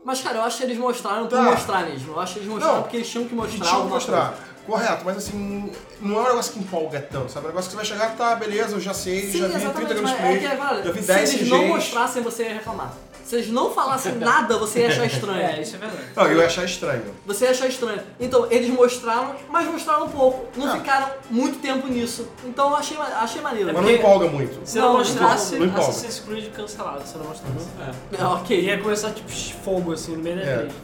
S5: Mas, cara, eu acho que eles mostraram por
S4: Tá.
S5: mostrar mesmo. Eu acho que eles mostraram
S4: Não,
S5: porque eles tinham que mostrar
S4: Tinha que
S5: alguma
S4: mostrar.
S5: coisa.
S4: Correto, mas assim, não é um negócio que empolga tanto, sabe? É um negócio que você vai chegar, tá, beleza, eu já sei,
S5: Sim,
S4: já vi 30
S5: exatamente.
S4: games
S5: Mas é que agora,
S4: já vi
S5: se
S4: 10
S5: eles não
S4: CGs.
S5: mostrassem, você ia reclamar. Se eles não falassem nada, você ia achar estranho.
S2: É, isso é verdade.
S4: Não, eu ia achar estranho.
S5: Você ia achar estranho. Então, eles mostraram, mas mostraram um pouco. Não
S4: Ah.
S5: ficaram muito tempo nisso. Então, eu achei, ma- achei maneiro.
S2: É
S4: Mas não
S2: porque-
S4: empolga muito.
S2: Se não,
S5: Não,
S2: mostrasse,
S4: não empolga.
S2: Assassin's Creed cancelado, se não mostrasse.
S5: É,
S2: E
S5: ok.
S2: ia começar, tipo, fogo, assim, no meio da
S4: É.
S2: frente.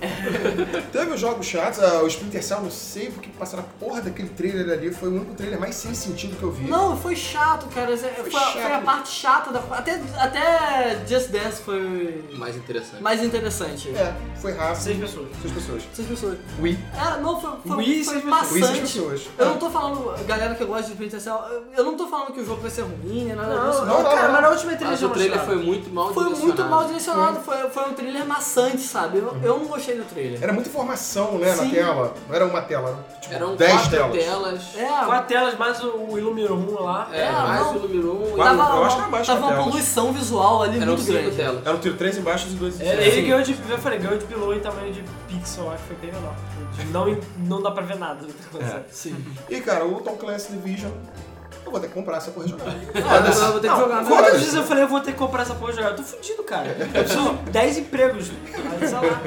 S4: Teve os jogos chatos, ah, o Splinter Cell, não sei porque passaram a porra daquele trailer ali, foi o único trailer mais sem sentido que eu vi.
S5: Não, foi chato, cara. Foi, foi a- foi a
S4: chato.
S5: parte chata da. Até, até Just Dance foi
S3: Mais interessante.
S5: mais interessante.
S4: É, foi rápido.
S2: Seis pessoas.
S4: Seis pessoas.
S5: Essas pessoas.
S4: Wii.
S5: É, não, foi, foi,
S2: Wii,
S5: foi
S2: seis
S4: Wii, seis
S5: maçante.
S4: pessoas.
S5: Eu não tô falando, galera que gosta de Splinter Cell, eu- eu não tô falando que o jogo vai ser ruim, nem nada disso.
S2: Não,
S4: não,
S2: não, cara,
S4: não.
S2: mas na última entrevista já
S3: Mas o trailer
S2: mostraram.
S3: foi muito mal
S5: Foi
S3: direcionado.
S5: muito mal direcionado, foi, foi um trailer maçante, sabe? Eu, eu não gostei do trailer.
S4: É, Era muita informação, né, na
S5: Sim. um
S4: tela. Não era uma tela, eram, tipo,
S3: Eram
S4: 10
S3: quatro
S4: telas.
S3: telas.
S5: É,
S2: Quatro telas, mais o, o Illumirum lá.
S3: É,
S5: É,
S3: mais
S5: não.
S3: o número 1 um,
S4: Quatro-
S5: tava,
S4: eu acho que era mais
S5: tava
S4: que
S5: uma
S4: telas.
S5: poluição visual ali
S3: eram
S5: muito
S3: cinco
S5: grande.
S3: telas.
S4: Era um tiro 3 embaixo e 2 em
S2: É,
S4: cima.
S2: ele ganhou de, eu falei, ganhou de pilão em tamanho de pixel, acho que foi bem menor. Não, não dá pra ver nada do que tá acontecendo.
S5: Sim.
S4: E, cara, o Tom Clancy Division, eu vou ter que comprar essa porra e jogar.
S5: eu vou ter que jogar
S2: Não,
S5: agora.
S2: quantas vezes eu falei, eu vou ter que comprar essa porra de jogar? Eu tô fudido, cara. Eu preciso de 10 empregos. Mas, sei lá.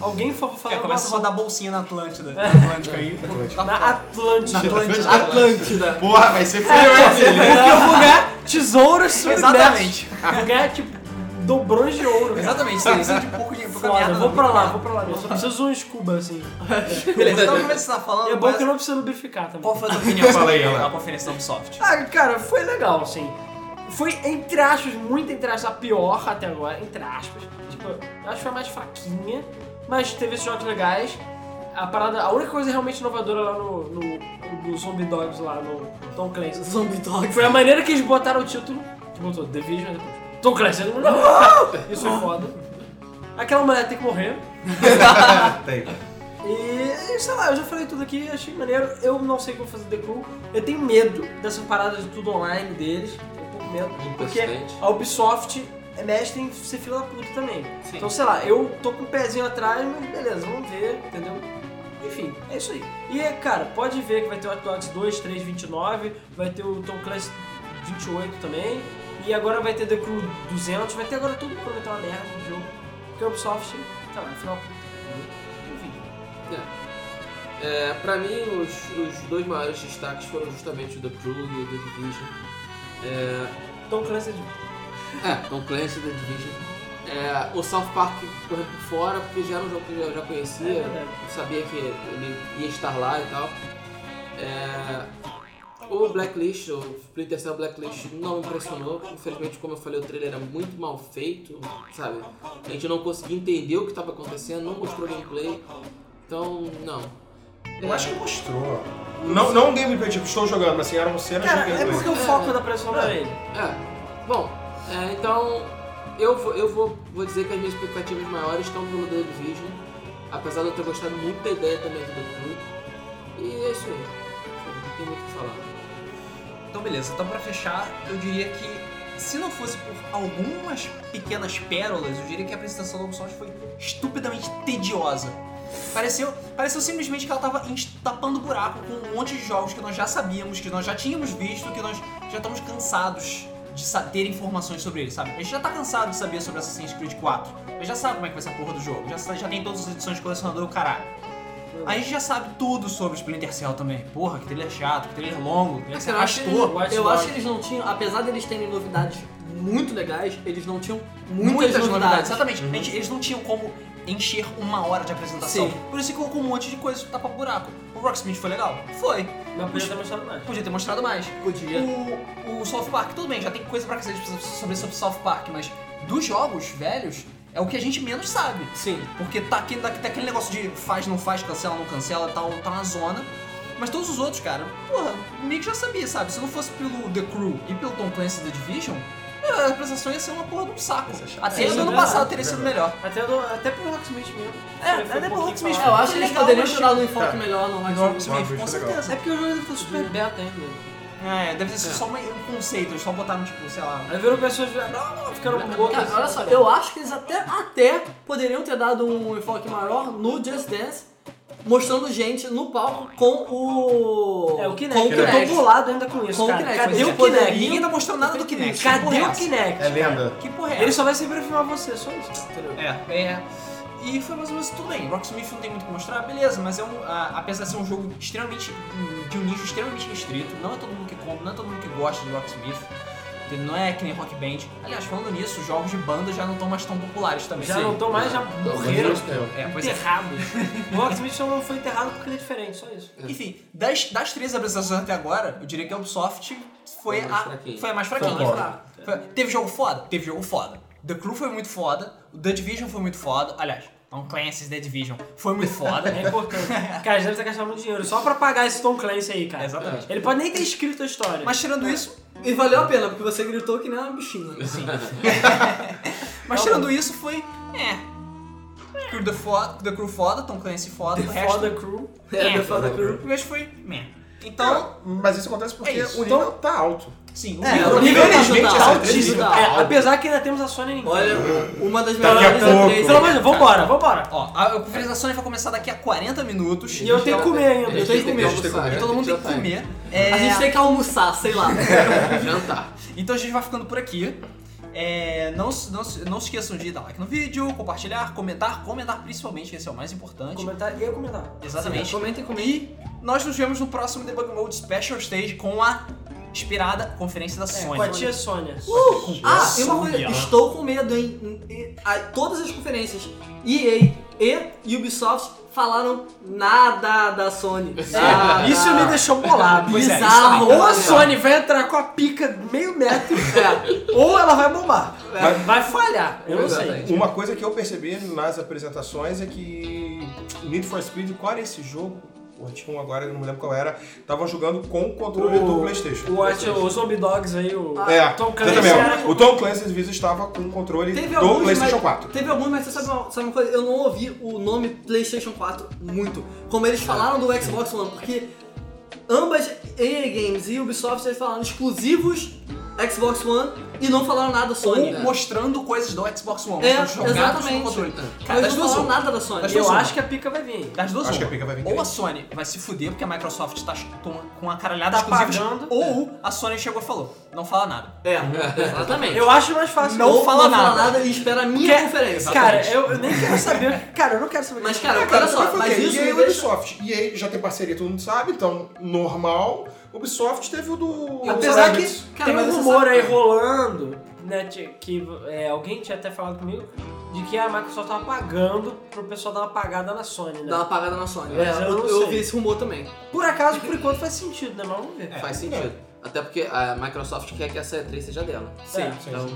S2: Alguém fa- fala
S1: É, começa a
S2: alguma
S1: rodar bolsinha na Atlântida. Na Atlântica aí.
S2: coisa. Na Atlântida.
S1: Ah,
S5: Atlântida.
S4: Porra, vai ser feio, hein, filho?
S2: Porque eu vou ganhar tesouros submersos.
S1: Exatamente.
S2: Vou ganhar, tipo, dobrões de ouro. cara.
S1: Exatamente, você precisa de pouco de pouca
S2: Foda,
S1: merda.
S2: eu vou pra lá, vou pra lá mesmo. Só preciso de um scuba, assim.
S1: Beleza, então como você tá falando,
S2: E é bom
S1: mas
S2: que eu não preciso lubrificar também.
S1: qual foi a tua opinião
S4: Fala aí,
S1: sobre
S4: Alan.
S1: a conferência da Ubisoft?
S2: Ah, cara, foi legal, assim. Foi, entre aspas, muito entre aspas, a pior até agora, entre aspas. Tipo, eu acho que foi a mais fraquinha, mas teve esses jogos legais. A parada, a única coisa realmente inovadora lá no, no, no Zombie Dogs, lá no Tom Clancy,
S5: Zombie Dog.
S2: foi a maneira que eles botaram o título. Que botou The Vision, depois Tom Clancy. todo mundo, "Ah!" Isso foi foda. Aquela mulher tem que morrer.
S4: Tem.
S2: E sei lá, eu já falei tudo aqui, achei maneiro. Eu não sei como fazer The Crew. Eu tenho medo dessa parada de tudo online deles. Eu tenho um medo. Porque
S3: Impressionante.
S2: a Ubisoft é mestre em ser fila da puta também.
S1: Sim.
S2: Então sei lá, eu tô com o pezinho atrás, mas beleza, vamos ver, entendeu? Enfim, é isso aí. E cara, pode ver que vai ter o Hot Dogs 2, 3, 29, vai ter o Tom Clancy 28 também. E agora vai ter The Crew 200, vai ter agora tudo que prometeu uma merda no jogo. Porque a Ubisoft, tá lá, afinal. Enfim.
S3: É, pra mim, os, os dois maiores destaques foram justamente o The Crew e o The Division.
S2: Tom Clancy é de
S3: É, Tom Clancy e The Division. É, o South Park correu por fora, porque já era um jogo que eu já conhecia,
S2: É verdade.
S3: eu sabia que ele ia estar lá e tal. É, o Blacklist, o Splinter Cell Blacklist não impressionou, infelizmente, como eu falei, o trailer era muito mal feito, sabe? A gente não conseguia entender o que estava acontecendo, não mostrou gameplay, então, não.
S4: Eu acho que mostrou. Não, não um gameplay, tipo, estou jogando, mas assim, eram cenas
S2: Cara,
S4: de
S2: é
S4: gameplay.
S2: porque o foco da pressão era ele.
S3: É, bom, é, então eu, vou, eu vou, vou dizer que as minhas expectativas maiores estão pelo The Division, apesar de eu ter gostado muito da ideia também do clube. E é isso aí, não tem muito o que falar.
S1: Então beleza, então pra fechar, eu diria que se não fosse por algumas pequenas pérolas, eu diria que a apresentação da Ubisoft foi estupidamente tediosa. Pareceu, pareceu simplesmente que ela tava ens- tapando buraco com um monte de jogos que nós já sabíamos, que nós já tínhamos visto, que nós já estamos cansados de sa- ter informações sobre ele, sabe? A gente já tá cansado de saber sobre Assassin's Creed 4. A gente já sabe como é que vai ser a porra do jogo, já, sa- já tem todas as edições de colecionador, o caralho. A gente já sabe tudo sobre o Splinter Cell também. Porra, que trailer chato, que trailer longo, que trailer que se
S5: Cara, eu acho que
S1: arrastou.
S5: eles- Eu acho que eles não tinham, apesar de eles terem novidades muito legais, eles não tinham muitas,
S1: muitas, novidades.
S5: novidades. Uhum.
S1: Exatamente. A gente- Eles não tinham como encher uma hora de apresentação.
S5: Sim.
S1: Por isso que colocou um monte de coisa tapa buraco. O Rocksmith foi legal? Foi.
S2: Não podia ter mostrado mais.
S1: Podia ter mostrado mais.
S5: Podia.
S1: O, o South Park, tudo bem, já tem coisa pra cacete sobre, sobre South Park, mas dos jogos velhos é o que a gente menos sabe.
S5: Sim.
S1: Porque tá aquele, tá aquele negócio de faz, não faz, cancela, não cancela, tá, tá uma zona. Mas todos os outros, cara, porra, meio que já sabia, sabe? Se não fosse pelo The Crew e pelo Tom Clancy The Division, é, a apresentação ia ser uma porra de um saco. Até o
S2: É, isso é
S1: ano
S2: verdade,
S1: passado teria sido
S4: verdade.
S1: melhor.
S2: Até, do, até pro Rocksmith mesmo.
S1: É,
S2: Foi- foi
S1: até
S2: um
S1: pro
S2: pouquinho
S1: Rocksmith.
S2: falado.
S5: É, eu acho que eles
S1: Legal,
S5: poderiam
S1: mas-
S5: ter dado um enfoque
S4: Cara,
S5: melhor no
S1: Mas
S5: Rocksmith.
S1: Rocksmith,
S4: Rocksmith
S1: com
S4: foi legal.
S1: certeza.
S2: É porque o jogo tá super beta ainda.
S1: É, deve ter sido
S3: É.
S1: só uma- um conceito, eles só botaram, tipo, sei lá.
S2: Aí viram pessoas e falaram, não, não, ficaram assim.
S5: Cara,
S2: loucas.
S5: olha só, eu acho que eles até, até poderiam ter dado um enfoque maior no Just Dance, mostrando gente no palco com o.
S2: É, o Kinect.
S5: Com o
S2: eu
S5: Kinect.
S2: tô bolado ainda com isso,
S5: Com o
S2: cara.
S5: Kinect,
S2: Cadê
S5: mas
S2: o
S5: eles poderiam-
S2: Kinect?
S1: Ninguém tá mostrando nada do Kinect. que porra
S2: Cadê
S1: é
S2: o
S1: essa?
S2: Kinect?
S4: É lenda.
S1: Que porra é
S2: Ele
S1: essa?
S2: só vai sempre filmar você, só isso, entendeu?
S1: É, é. E foi mais ou menos tudo bem. Rocksmith não tem muito o que mostrar, beleza, mas é um. a- apesar de ser um jogo extremamente. hum, de um nicho extremamente restrito, não é todo mundo que compra, não é todo mundo que gosta de Rocksmith. entendeu? Não é que nem Rock Band. Aliás, falando nisso, jogos de banda já não estão mais tão populares também.
S2: Já não tô mais, já morreram.
S1: É, pois é.
S2: Enterrados. o Rocksmith só não foi enterrado porque ele é diferente, só isso.
S1: Enfim, das, das três apresentações até agora, eu diria que a Ubisoft foi,
S3: Foi a mais
S1: a,
S3: fraquinha.
S1: foi a mais fraquinha.
S4: Concordo.
S1: Foi- foi- teve jogo foda? Teve jogo foda. The Crew foi muito foda, o The Division foi muito foda. Aliás, Tom Clancy's The Division foi muito foda.
S2: É importante. cara, eles devem ter gastado muito dinheiro só pra pagar esse Tom Clancy aí, cara.
S1: Exatamente.
S2: Ele pode nem ter escrito a história.
S1: Mas tirando isso,
S5: E valeu a pena, porque você gritou que nem uma bichinha.
S1: mas tirando isso foi. É. Crew The, foda, The Crew foda, Tom Clancy foda, o resto.
S2: Foda Crew.
S1: É,
S3: The Foda Crew.
S1: O resto foi. Meh. Então,
S4: Mas isso acontece porque
S1: É isso.
S4: o nível tá alto.
S1: sim, o
S5: É,
S1: nível-
S5: o nível
S1: infelizmente,
S5: tá
S1: essa
S5: alto,
S1: três-
S5: nível tá
S2: É, apesar que ainda temos a Sony Nintendo.
S3: Olha,
S5: Uma das
S4: a
S5: melhores
S4: pouco.
S5: E3.
S2: Pelo amor de Deus, vambora, vambora.
S1: Ó, a a conferência da Sony vai começar daqui a 40 minutos.
S2: E eu tenho que comer ainda.
S3: Eu tenho que comer, eu tenho que comer.
S1: E todo mundo tem
S3: tá
S1: que comer. É,
S5: A gente tem que almoçar, sei lá.
S3: É. jantar.
S1: Então a gente vai ficando por aqui. É, não, se- não, se- não se esqueçam de dar like no vídeo, compartilhar, comentar, comentar principalmente, que esse é o mais importante.
S2: Comentar e eu comentar.
S1: Exatamente.
S5: Comentem comigo.
S1: E nós nos vemos no próximo Debug Mode Special Stage com a inspirada conferência da
S2: É,
S1: Sony.
S2: com a tia Sônia.
S5: Uh! Ah, e uma coisa,
S1: Sônia.
S5: estou com medo, hein? E- a- Todas as conferências, EA e Ubisoft, falaram nada da Sony.
S3: É. tá.
S5: Nada.
S1: Ah,
S2: Isso me deixou bolado.
S1: Pois é,
S5: Bizarro.
S2: Ou a Sony vai entrar com a pica meio metro, ou ela vai bombar.
S4: Mas-
S2: vai falhar. Eu não sei.
S3: Exatamente.
S4: Uma coisa que eu percebi nas apresentações é que Need for Speed, qual era esse jogo? Pô, Tinha um agora, eu não me lembro qual era. Estavam jogando com o controle do PlayStation.
S2: O, Watch- o Zombie Dogs aí, Ah, o
S4: é,
S2: Tom Clancy.
S4: exatamente.
S2: era-
S4: O Tom Clancy's Visa estava com o controle
S5: Teve
S4: do
S5: alguns,
S4: PlayStation
S5: mas,
S4: 4.
S5: Teve alguns, mas você sabe uma, sabe uma coisa? Eu não ouvi o nome PlayStation 4 muito. Como eles falaram do Xbox One, porque ambas EA Games e Ubisoft eles falaram exclusivos Xbox One e não falaram nada Sony.
S1: Ou mostrando coisas do Xbox One.
S5: É,
S1: mostrando jogadas no
S5: exatamente.
S1: controle. Cara,
S5: Mas
S1: das
S5: não
S1: duas
S5: falaram
S1: uma.
S5: nada da Sony.
S1: Mas
S2: Eu
S1: Sony.
S2: acho que a pica vai vir.
S1: Das duas
S4: Acho que
S1: uma.
S4: a pica vai vir
S1: Ou
S4: grande.
S1: a Sony vai se fuder porque a Microsoft tá ch- com- com a caralhada
S2: Tá
S1: exclusivas,
S2: pagando.
S1: ou a Sony chegou e falou, não fala nada.
S5: É, exatamente.
S2: Eu acho mais fácil.
S1: Não
S5: Ou
S1: fala nada.
S5: e espera a minha
S2: Quer-
S5: conferência.
S2: Cara, eu, eu nem quero saber. Cara, eu não quero saber.
S5: é Mas, cara,
S4: Cara,
S5: olha só,
S4: foi
S5: mas
S4: o quê?
S5: isso
S4: EA
S5: me
S4: e
S5: deixa...
S4: Ubisoft. E aí já tem parceria, todo mundo sabe, então normal. Ubisoft teve o do.
S2: Apesar que
S4: Ubisoft.
S5: Cara,
S2: tem
S5: mas
S2: um
S5: você
S2: rumor
S5: sabe-
S2: aí rolando, né, de- que é, alguém tinha até falado comigo, de que a Microsoft tava pagando pro pessoal dar uma pagada na Sony, né?
S5: Dá uma apagada na Sony.
S2: Mas eu
S5: É,
S2: não
S5: eu, eu
S2: sei.
S5: ouvi esse rumor também.
S2: Por acaso, por enquanto faz sentido, né? Mas vamos
S1: É,
S2: ver.
S3: Faz sentido. Até porque a Microsoft quer que essa E3 seja dela.
S2: Sim.
S5: É.
S3: Então,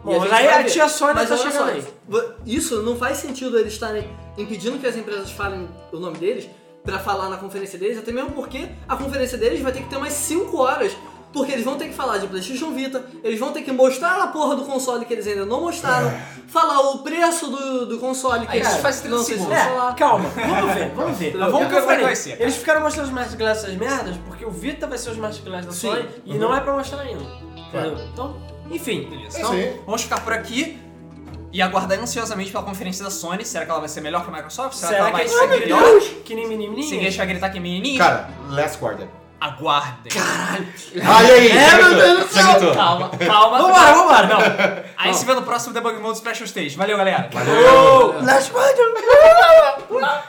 S5: E
S2: Bom, mas
S5: gente
S2: aí
S5: vai
S2: a
S5: ver.
S2: tia Sônia
S5: Mas
S2: tá
S5: olha
S2: chegando
S5: só,
S2: aí.
S5: vo- Isso não faz sentido eles estarem impedindo que as empresas falem o nome deles pra falar na conferência deles, até mesmo porque a conferência deles vai ter que ter umas 5 horas. Porque eles vão ter que falar de PlayStation Vita, eles vão ter que mostrar a porra do console que eles ainda não mostraram, falar o preço do, do console que
S1: Aí
S5: eles
S1: isso faz 30
S5: não sei se vão
S1: segundos.
S5: falar.
S2: É, calma, vamos ver, vamos ver. Mas vamos
S1: Eu
S2: que
S1: quero
S2: eu
S1: ver
S2: falei.
S1: qual vai ser, cara.
S2: Eles ficaram mostrando os Masterclass essas merdas, porque o Vita vai ser os Masterclass da
S5: Sim. Uhum.
S2: Sony e não é pra mostrar ainda. Entendeu? Então, enfim.
S1: Beleza.
S4: É
S1: Então,
S4: isso aí.
S1: vamos ficar por aqui e aguardar ansiosamente pela conferência da Sony. Será que ela vai ser melhor que a Microsoft? Será,
S2: Será
S1: que
S2: que
S1: ela
S2: é eles
S1: vai
S2: vão
S1: ser melhor?
S2: gritar que nem menininho?
S1: Se a gente vai gritar que é menininho,
S4: Cara, Last Guardian.
S1: aguardem.
S4: Ai, aí,
S2: É, meu Deus do
S4: já gritou.
S1: Calma, calma.
S2: Vambora, vambora, não.
S1: A gente se vê no próximo Debug Mode Special Stage. Valeu, galera.
S2: Valeu. Last Guardian.